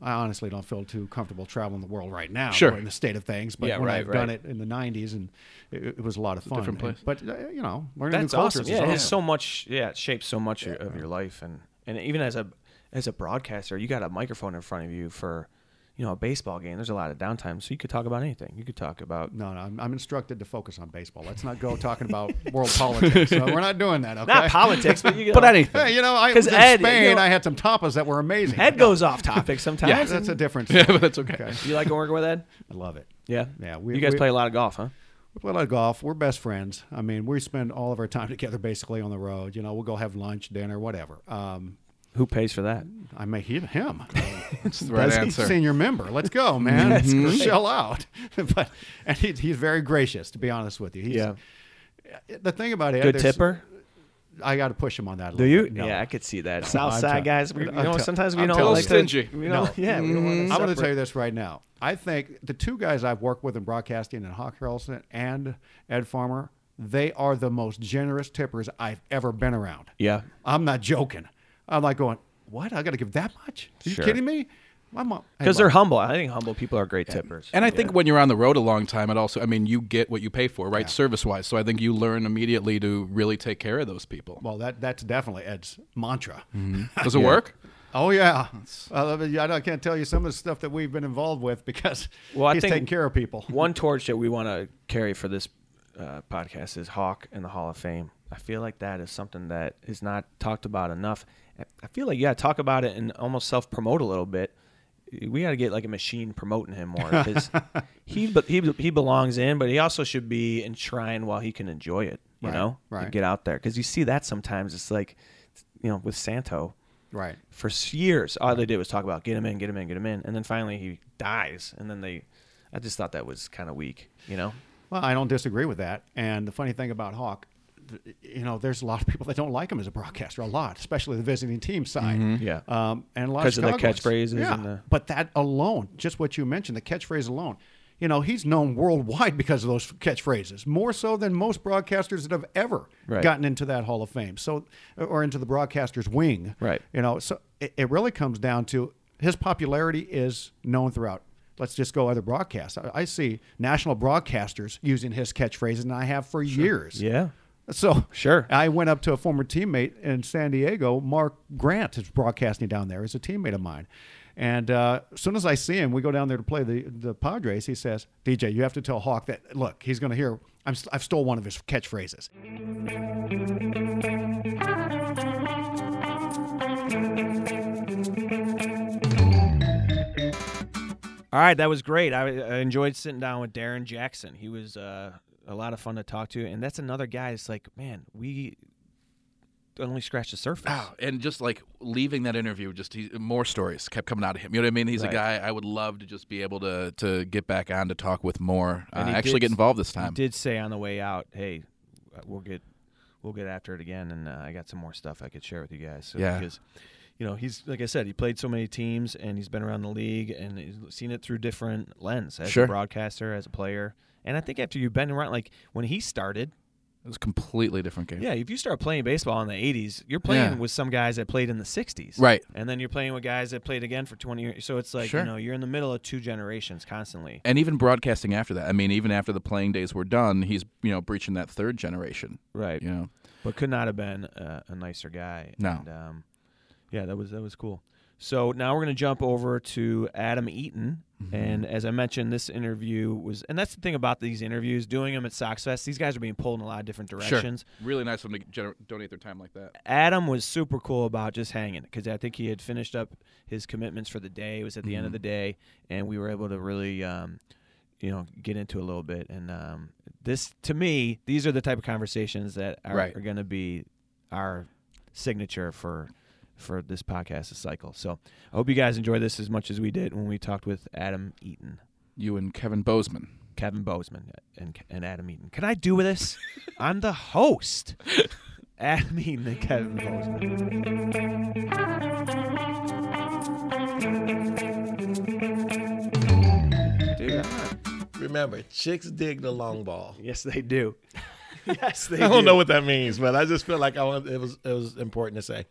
[SPEAKER 7] I honestly don't feel too comfortable traveling the world right now.
[SPEAKER 8] Sure.
[SPEAKER 7] We're in the state of things, but
[SPEAKER 6] Yeah,
[SPEAKER 7] when
[SPEAKER 6] right,
[SPEAKER 7] I've done
[SPEAKER 6] right.
[SPEAKER 7] it in the 90s and it, it was a lot of fun.
[SPEAKER 8] different place.
[SPEAKER 7] But, uh, you know, learning
[SPEAKER 6] That's
[SPEAKER 7] new cultures
[SPEAKER 6] awesome.
[SPEAKER 7] is
[SPEAKER 6] Yeah, it's
[SPEAKER 7] awesome.
[SPEAKER 6] so much. Yeah, it shapes so much of your life, and and even as a as a broadcaster, you got a microphone in front of you for, you know, a baseball game. There's a lot of downtime, so you could talk about anything. You could talk about
[SPEAKER 7] No, no, I'm, I'm instructed to focus on baseball. Let's not go talking about world politics. So we're not doing that, okay?
[SPEAKER 6] not politics, but you know,
[SPEAKER 7] But anything. Hey, you know, I
[SPEAKER 6] 'Cause
[SPEAKER 7] was in
[SPEAKER 6] Ed, you
[SPEAKER 7] Spain.
[SPEAKER 6] know-
[SPEAKER 7] I had some tapas that were amazing.
[SPEAKER 6] Ed goes off topic sometimes.
[SPEAKER 7] That's that's a difference.
[SPEAKER 8] Yeah, but that's okay.
[SPEAKER 6] You like working with Ed?
[SPEAKER 7] I love it.
[SPEAKER 6] Yeah.
[SPEAKER 7] Yeah, we-
[SPEAKER 6] you guys
[SPEAKER 7] we-
[SPEAKER 6] play a lot of golf, huh?
[SPEAKER 7] We play a lot of golf. We're best friends. I mean, we spend all of our time together basically on the road. You know, we'll go have lunch, dinner, whatever. Um,
[SPEAKER 6] Who pays for that?
[SPEAKER 7] I may hit him.
[SPEAKER 8] That's the right
[SPEAKER 7] That's
[SPEAKER 8] answer.
[SPEAKER 7] Senior member. Let's go, man. Shell out. but and he, he's very gracious, to be honest with you. He's,
[SPEAKER 6] Yeah.
[SPEAKER 7] The thing about it,
[SPEAKER 6] Good
[SPEAKER 7] there's-
[SPEAKER 6] tipper.
[SPEAKER 7] I got to push him on that. A
[SPEAKER 6] Do
[SPEAKER 7] little
[SPEAKER 6] you?
[SPEAKER 7] Bit. No.
[SPEAKER 6] Yeah, I could see that. South
[SPEAKER 7] I'm
[SPEAKER 6] side
[SPEAKER 7] tell-
[SPEAKER 6] guys, we, you
[SPEAKER 7] I'm
[SPEAKER 6] know,
[SPEAKER 7] tell-
[SPEAKER 6] sometimes we
[SPEAKER 7] I'm
[SPEAKER 6] don't
[SPEAKER 7] telling
[SPEAKER 6] like
[SPEAKER 7] you. Mm-hmm.
[SPEAKER 6] to-
[SPEAKER 8] Stingy.
[SPEAKER 6] we don't- Yeah, we don't
[SPEAKER 7] I'm
[SPEAKER 6] want
[SPEAKER 7] going
[SPEAKER 6] to
[SPEAKER 7] to tell you this right now. I think the two guys I've worked with in broadcasting, and Hawk Harrelson and Ed Farmer, they are the most generous tippers I've ever been around.
[SPEAKER 6] Yeah.
[SPEAKER 7] I'm not joking. I'm like going, what? I got to give that much? Are you
[SPEAKER 6] Sure.
[SPEAKER 7] kidding me? I'm a- hey,
[SPEAKER 6] Because they're
[SPEAKER 7] look,
[SPEAKER 6] humble. I think humble people are great tippers.
[SPEAKER 8] And I think when you're on the road a long time, it also, I mean, you get what you pay for, right? Service wise. So I think you learn immediately to really take care of those people.
[SPEAKER 7] Well, that that's definitely Ed's mantra.
[SPEAKER 6] Mm-hmm.
[SPEAKER 8] Does it work?
[SPEAKER 7] Oh yeah, uh, I don't- I can't tell you some of the stuff that we've been involved with because
[SPEAKER 6] Well, I
[SPEAKER 7] he's
[SPEAKER 6] think-
[SPEAKER 7] taking care of people.
[SPEAKER 6] one torch that we want to carry for this uh, podcast is Hawk and the Hall of Fame. I feel like that is something that is not talked about enough. I- I feel like you got to talk about it and almost self promote a little bit. We got to get like a machine promoting him more because he but he he belongs in, but he also should be enshrined while he can enjoy it. You know,
[SPEAKER 7] right.
[SPEAKER 6] And get out there because you see that sometimes it's like, you know, with Santo,
[SPEAKER 7] Right.
[SPEAKER 6] for s- years, all they did was talk about get him in, get him in, get him in, and then finally he dies, and then they, I just thought that was kind of weak, you know.
[SPEAKER 7] Well, I don't disagree with that. And the funny thing about Hawk, th- you know, there's a lot of people that don't like him as a broadcaster a lot, especially the visiting team side.
[SPEAKER 6] Yeah.
[SPEAKER 7] Um, and a lot
[SPEAKER 6] 'Cause Mm-hmm. of the
[SPEAKER 7] Chicagoans.
[SPEAKER 6] catchphrases
[SPEAKER 7] Yeah.
[SPEAKER 6] and the-
[SPEAKER 7] But that alone, just what you mentioned, the catchphrase alone. You know, he's known worldwide because of those catchphrases, more so than most broadcasters that have ever
[SPEAKER 6] Right.
[SPEAKER 7] gotten into that Hall of Fame. So, or into the broadcaster's wing.
[SPEAKER 6] Right.
[SPEAKER 7] You know, so it, it really comes down to his popularity is known throughout let's just go other broadcasts. I, I see national broadcasters using his catchphrase, and I have for years.
[SPEAKER 6] Yeah.
[SPEAKER 7] So
[SPEAKER 6] Sure.
[SPEAKER 7] I went up to a former teammate in San Diego, Mark Grant, is broadcasting down there. He's a teammate of mine, and uh, as soon as I see him, we go down there to play the the Padres. He says, "DJ, you have to tell Hawk that look, he's going to hear. I'm, st- I've stole one of his catchphrases."
[SPEAKER 6] All right, that was great. I, I enjoyed sitting down with Darren Jackson. He was uh, a lot of fun to talk to, and that's another guy. It's like, man, we only scratched the surface.
[SPEAKER 3] Wow. And just like leaving that interview, just he, more stories kept coming out of him. You know what I mean? He's
[SPEAKER 6] Right.
[SPEAKER 3] a guy I would love to just be able to to get back on to talk with more. Uh,
[SPEAKER 6] And he
[SPEAKER 3] actually
[SPEAKER 6] did-
[SPEAKER 3] get involved this
[SPEAKER 6] He
[SPEAKER 3] time.
[SPEAKER 6] did say on the way out, "Hey, we'll get we'll get after it again," and uh, I got some more stuff I could share with you guys. So,
[SPEAKER 3] Yeah.
[SPEAKER 6] Because, you know, he's like I said, he played so many teams, and he's been around the league, and he's seen it through different lens as
[SPEAKER 3] Sure.
[SPEAKER 6] a broadcaster, as a player. And I think after you've been around, like when he started,
[SPEAKER 3] It was a completely different game.
[SPEAKER 6] yeah, if you start playing baseball in the '80s, you're playing
[SPEAKER 3] Yeah.
[SPEAKER 6] with some guys that played in the '60s,
[SPEAKER 3] Right.
[SPEAKER 6] And then you're playing with guys that played again for 20 years. So it's like
[SPEAKER 3] Sure.
[SPEAKER 6] you know you're in the middle of two generations constantly.
[SPEAKER 3] And even broadcasting after that. I mean, even after the playing days were done, he's you know breaching that third generation.
[SPEAKER 6] Right.
[SPEAKER 3] You know.
[SPEAKER 6] but could not have been a, a nicer guy.
[SPEAKER 3] No.
[SPEAKER 6] And, um, yeah, that was that was cool. So now we're gonna jump over to Adam Eaton, and as I mentioned, this interview was, and that's the thing about these interviews, doing them at Sox Fest. These guys are being pulled in a lot of different directions.
[SPEAKER 3] Really nice of them to gener- donate their time like that.
[SPEAKER 6] Adam was super cool about just hanging because I think he had finished up his commitments for the day. It was at the end of the day, and we were able to really, um, you know, get into a little bit. And um, this, to me, these are the type of conversations that are,
[SPEAKER 3] Right.
[SPEAKER 6] are going to be our signature for for this podcast this cycle. So I hope you guys enjoy this as much as we did when we talked with Adam Eaton,
[SPEAKER 3] You and Kevin Bozeman.
[SPEAKER 6] Kevin Bozeman, and and Adam Eaton. Can I do this? I'm the host. Adam Eaton and Kevin Bozeman.
[SPEAKER 9] Remember, chicks dig the long ball.
[SPEAKER 6] Yes, they do. yes, they
[SPEAKER 9] I don't
[SPEAKER 6] do.
[SPEAKER 9] know what that means, but I just feel like I want, it was it was important to say.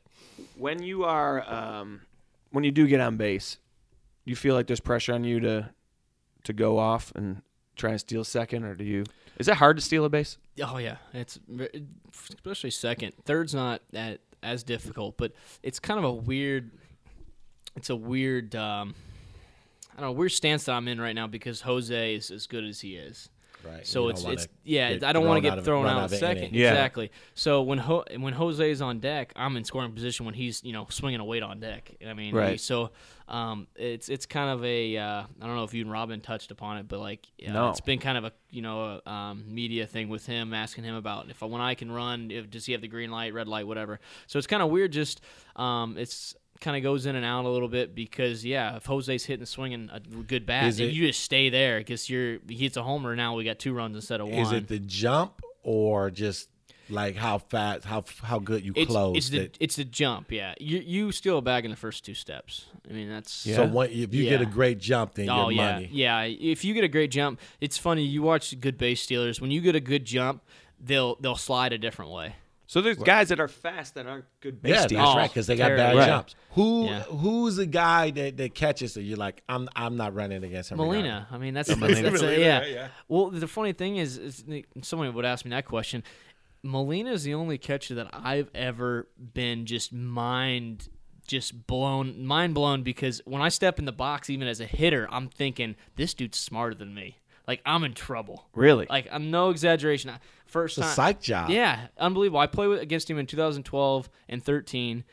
[SPEAKER 6] When you are, um, when you do get on base, you feel like there's pressure on you to, to go off and try and steal second, or do you? Is it hard to steal a base?
[SPEAKER 10] Oh yeah, it's ve- especially second, third's not that as difficult, but it's kind of a weird. It's a weird, um, I don't know, weird stance that I'm in right now because Jose is as good as he is.
[SPEAKER 9] Right.
[SPEAKER 10] So
[SPEAKER 9] You
[SPEAKER 10] it's
[SPEAKER 9] don't wanna
[SPEAKER 10] it's yeah.
[SPEAKER 9] get
[SPEAKER 10] I don't want to
[SPEAKER 9] out
[SPEAKER 10] get
[SPEAKER 9] of-
[SPEAKER 10] thrown
[SPEAKER 9] run
[SPEAKER 10] out,
[SPEAKER 9] of
[SPEAKER 10] of
[SPEAKER 9] an
[SPEAKER 10] second.
[SPEAKER 9] inning.
[SPEAKER 6] Yeah.
[SPEAKER 10] Exactly. So when Ho- when Jose's on deck, I'm in scoring position when he's you know swinging a weight on deck. And I mean,
[SPEAKER 6] Right.
[SPEAKER 10] he- so um, it's it's kind of a uh, I don't know if you and Robin touched upon it, but like uh,
[SPEAKER 6] No.
[SPEAKER 10] it's been kind of a you know a, um, media thing with him asking him about if when I can run, if, does he have the green light, red light, whatever. So it's kind of weird. Just um, it's kind of goes in and out a little bit because yeah, if Jose's hitting swinging a good bat,
[SPEAKER 9] Is
[SPEAKER 10] then
[SPEAKER 9] it-
[SPEAKER 10] you just stay there because you're he hits a homer now. We got two runs instead of one.
[SPEAKER 9] Is it the jump or just like how fast, how how good you
[SPEAKER 10] it's,
[SPEAKER 9] close?
[SPEAKER 10] it's the
[SPEAKER 9] it?
[SPEAKER 10] it's the jump, yeah. You you steal a bag in the first two steps. I mean that's
[SPEAKER 9] So one, if you get a
[SPEAKER 10] Yeah.
[SPEAKER 9] great jump, then
[SPEAKER 10] oh
[SPEAKER 9] your
[SPEAKER 10] yeah,
[SPEAKER 9] money.
[SPEAKER 10] yeah. If you get a great jump, it's funny. You watch good base stealers. When you get a good jump, they'll they'll slide a different way.
[SPEAKER 6] So there's guys that are fast that aren't good
[SPEAKER 9] Yeah,
[SPEAKER 6] base
[SPEAKER 9] that's
[SPEAKER 6] stealers.
[SPEAKER 10] Oh,
[SPEAKER 9] right, because they got
[SPEAKER 10] terrible.
[SPEAKER 9] bad
[SPEAKER 10] Right.
[SPEAKER 9] jumps. Who
[SPEAKER 10] Yeah.
[SPEAKER 9] who's the guy that, that catches it? You're like, I'm I'm not running against him. regardless.
[SPEAKER 10] Molina. I mean, that's, that's, that's a, yeah. Well, the funny thing is, is the- someone would ask me that question. Molina is the only catcher that I've ever been just mind just blown mind blown because when I step in the box even as a hitter, I'm thinking this dude's smarter than me. Like I'm in trouble.
[SPEAKER 6] Really?
[SPEAKER 10] Like I'm no exaggeration. I- First
[SPEAKER 9] It's a
[SPEAKER 10] time
[SPEAKER 9] psych job.
[SPEAKER 10] yeah, unbelievable. I played with, against him in 2012 and 13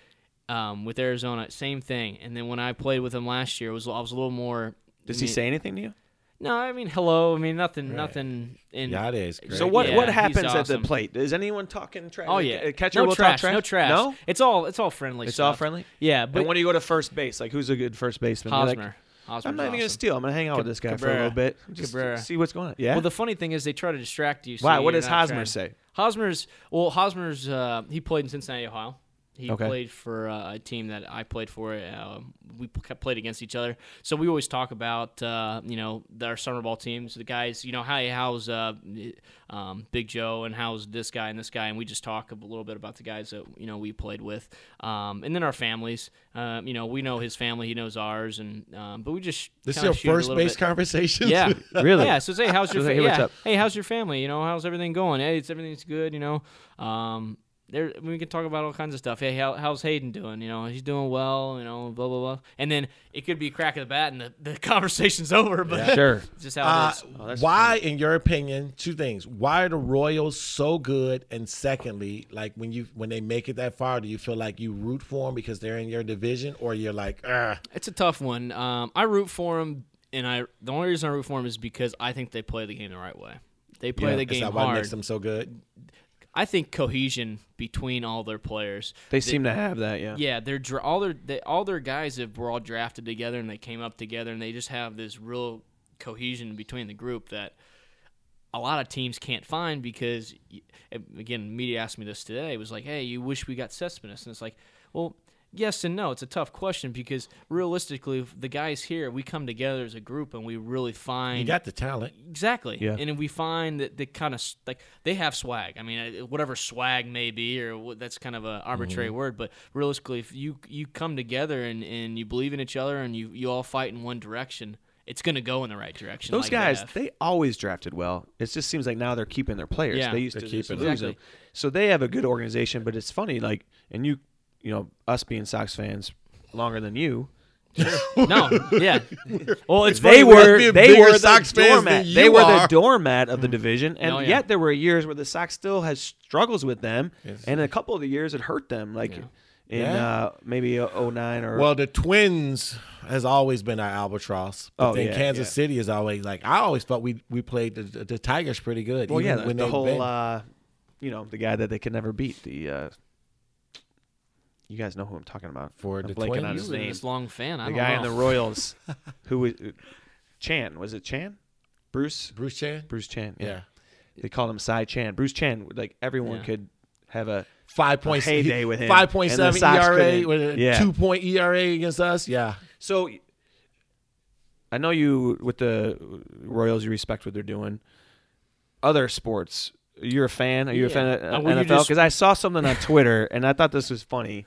[SPEAKER 10] um, with Arizona. Same thing. And then when I played with him last year, it was I was a little more.
[SPEAKER 6] Does
[SPEAKER 10] I
[SPEAKER 6] he
[SPEAKER 10] mean-
[SPEAKER 6] say anything to you?
[SPEAKER 10] No, I mean hello. I mean nothing, nothing. In
[SPEAKER 9] Yeah, it is. Great.
[SPEAKER 6] So what
[SPEAKER 10] Yeah,
[SPEAKER 6] what
[SPEAKER 10] he's
[SPEAKER 6] happens at the
[SPEAKER 10] awesome.
[SPEAKER 6] plate? Is anyone talking trash?
[SPEAKER 10] Oh yeah,
[SPEAKER 6] A Uh, catcher
[SPEAKER 10] no
[SPEAKER 6] will talk
[SPEAKER 10] trash,
[SPEAKER 6] trash.
[SPEAKER 10] No trash.
[SPEAKER 6] No.
[SPEAKER 10] it's all it's all friendly.
[SPEAKER 6] It's all
[SPEAKER 10] stuff.
[SPEAKER 6] friendly?
[SPEAKER 10] Yeah, but
[SPEAKER 6] and when you go to first base, like who's a good first baseman? You're like,
[SPEAKER 10] Hosmer, Hosmer's
[SPEAKER 6] I'm not even
[SPEAKER 10] awesome.
[SPEAKER 6] gonna steal. I'm gonna hang out with this guy for a little
[SPEAKER 10] Cabrera.
[SPEAKER 6] bit, just
[SPEAKER 10] Cabrera.
[SPEAKER 6] see what's going on. Yeah.
[SPEAKER 10] Well, the funny thing is they try to distract you. So
[SPEAKER 6] Why? What
[SPEAKER 10] you're
[SPEAKER 6] does
[SPEAKER 10] not
[SPEAKER 6] Hosmer
[SPEAKER 10] trying-
[SPEAKER 6] say?
[SPEAKER 10] Hosmer's well, Hosmer's uh, he played in Cincinnati, Ohio. He
[SPEAKER 6] Okay.
[SPEAKER 10] played for uh, a team that I played for. Uh, we p- kept- played against each other, so we always talk about uh, you know the- our summer ball teams. The guys, you know, hi, how's uh, um, Big Joe and how's this guy and this guy, and we just talk a little bit about the guys that you know we played with, um, and then our families. Um, you know, we know his family, he knows ours, and um, but we just
[SPEAKER 9] This is
[SPEAKER 10] kinda
[SPEAKER 9] your
[SPEAKER 10] shoot a
[SPEAKER 9] first
[SPEAKER 10] little
[SPEAKER 9] base
[SPEAKER 10] bit.
[SPEAKER 9] conversation.
[SPEAKER 10] Yeah,
[SPEAKER 6] Really?
[SPEAKER 10] Yeah. So say, how's your
[SPEAKER 6] So,
[SPEAKER 10] fa-
[SPEAKER 6] hey, what's
[SPEAKER 10] yeah.
[SPEAKER 6] up?
[SPEAKER 10] Hey, how's your family? You know, how's everything going? Hey, it's everything's good. You know, um, there we can talk about all kinds of stuff. Hey, how, how's Hayden doing? You know, he's doing well. You know, blah blah blah. And then it could be crack of the bat, and the, the conversation's over. But
[SPEAKER 6] Sure.
[SPEAKER 10] it's just how
[SPEAKER 9] Uh,
[SPEAKER 10] it is.
[SPEAKER 6] oh,
[SPEAKER 9] why, in your opinion, two things: why are the Royals so good, and secondly, like when you when they make it that far, do you feel like you root for them because they're in your division, or you're like, ah,
[SPEAKER 10] It's a tough one. Um, I root for him, and I the only reason I root for him is because I think they play the game the right way. They play the
[SPEAKER 9] is
[SPEAKER 10] game
[SPEAKER 9] that why it
[SPEAKER 10] hard.
[SPEAKER 9] makes them so good?
[SPEAKER 10] I think cohesion between all their players.
[SPEAKER 6] They seem to have that, yeah.
[SPEAKER 10] Yeah, they're dra- all their they, all their guys have were all drafted together and they came up together and they just have this real cohesion between the group that a lot of teams can't find because y- again, media asked me this today. It was like, "Hey, you wish we got Cespedes," and it's like, well. Yes and no. It's a tough question because realistically, if the guys here, we come together as a group and we really find
[SPEAKER 9] You got the talent.
[SPEAKER 10] Exactly.
[SPEAKER 6] Yeah.
[SPEAKER 10] And then we find that they kind of like they have swag. I mean, uh, whatever swag may be, or what, that's kind of an arbitrary
[SPEAKER 6] Mm-hmm.
[SPEAKER 10] word. But realistically, if you you come together and, and you believe in each other and you you all fight in one direction, it's going to go in the right direction.
[SPEAKER 6] Those
[SPEAKER 10] like
[SPEAKER 6] guys,
[SPEAKER 10] have.
[SPEAKER 6] they always drafted well. It just seems like now they're keeping their players.
[SPEAKER 10] Yeah.
[SPEAKER 6] they used
[SPEAKER 9] They're
[SPEAKER 6] to just
[SPEAKER 9] keeping
[SPEAKER 6] lose
[SPEAKER 10] them.
[SPEAKER 6] them. So they have a good organization, but it's funny, like, and you, you know, us being Sox fans longer than you,
[SPEAKER 10] no, yeah. Well, it's
[SPEAKER 6] they
[SPEAKER 10] funny,
[SPEAKER 6] were
[SPEAKER 9] being
[SPEAKER 6] they
[SPEAKER 9] bigger
[SPEAKER 6] were the
[SPEAKER 9] Sox fans
[SPEAKER 6] doormat.
[SPEAKER 9] than
[SPEAKER 6] They
[SPEAKER 9] you
[SPEAKER 6] were the
[SPEAKER 9] are.
[SPEAKER 6] doormat of the division, and
[SPEAKER 10] Oh, yeah.
[SPEAKER 6] yet there were years where the Sox still has struggles with them, and in a couple of the years it hurt them, like in
[SPEAKER 9] Yeah.
[SPEAKER 6] uh, maybe uh, 09 or
[SPEAKER 9] Well, the Twins has always been our albatross. But
[SPEAKER 6] Oh,
[SPEAKER 9] then
[SPEAKER 6] yeah,
[SPEAKER 9] Kansas
[SPEAKER 6] yeah.
[SPEAKER 9] City is always like I always thought we we played the, the Tigers pretty good.
[SPEAKER 6] Well, yeah,
[SPEAKER 9] even
[SPEAKER 6] the,
[SPEAKER 9] when
[SPEAKER 6] the
[SPEAKER 9] they've
[SPEAKER 6] whole
[SPEAKER 9] been-
[SPEAKER 6] uh, you know the guy that they could never beat. The uh, you guys know who I'm talking about.
[SPEAKER 9] For
[SPEAKER 6] I'm
[SPEAKER 9] the
[SPEAKER 6] blanking on
[SPEAKER 9] Twins?
[SPEAKER 6] his
[SPEAKER 10] You were
[SPEAKER 6] name.
[SPEAKER 10] this long fan. I
[SPEAKER 6] The
[SPEAKER 10] don't
[SPEAKER 6] guy in
[SPEAKER 10] know.
[SPEAKER 6] the Royals, who was Chan? Was it Chan? Bruce
[SPEAKER 9] Bruce Chan.
[SPEAKER 6] Bruce Chan. Yeah.
[SPEAKER 9] Yeah.
[SPEAKER 6] They called him Cy Chan. Bruce Chan. Like everyone
[SPEAKER 10] Yeah.
[SPEAKER 6] could have a
[SPEAKER 9] Five point
[SPEAKER 6] heyday with him.
[SPEAKER 9] Five point
[SPEAKER 6] And the
[SPEAKER 9] seven
[SPEAKER 6] Sox
[SPEAKER 9] ERA
[SPEAKER 6] couldn't-
[SPEAKER 9] with a
[SPEAKER 6] Yeah.
[SPEAKER 9] two point ERA against us. Yeah,
[SPEAKER 6] So I know you with the Royals you respect what they're doing. Other sports, you're a fan? Are you a
[SPEAKER 10] Yeah.
[SPEAKER 6] fan of
[SPEAKER 10] Uh,
[SPEAKER 6] uh,
[SPEAKER 10] well, you
[SPEAKER 6] NFL?
[SPEAKER 10] just-
[SPEAKER 6] Cuz I saw something on Twitter and I thought this was funny.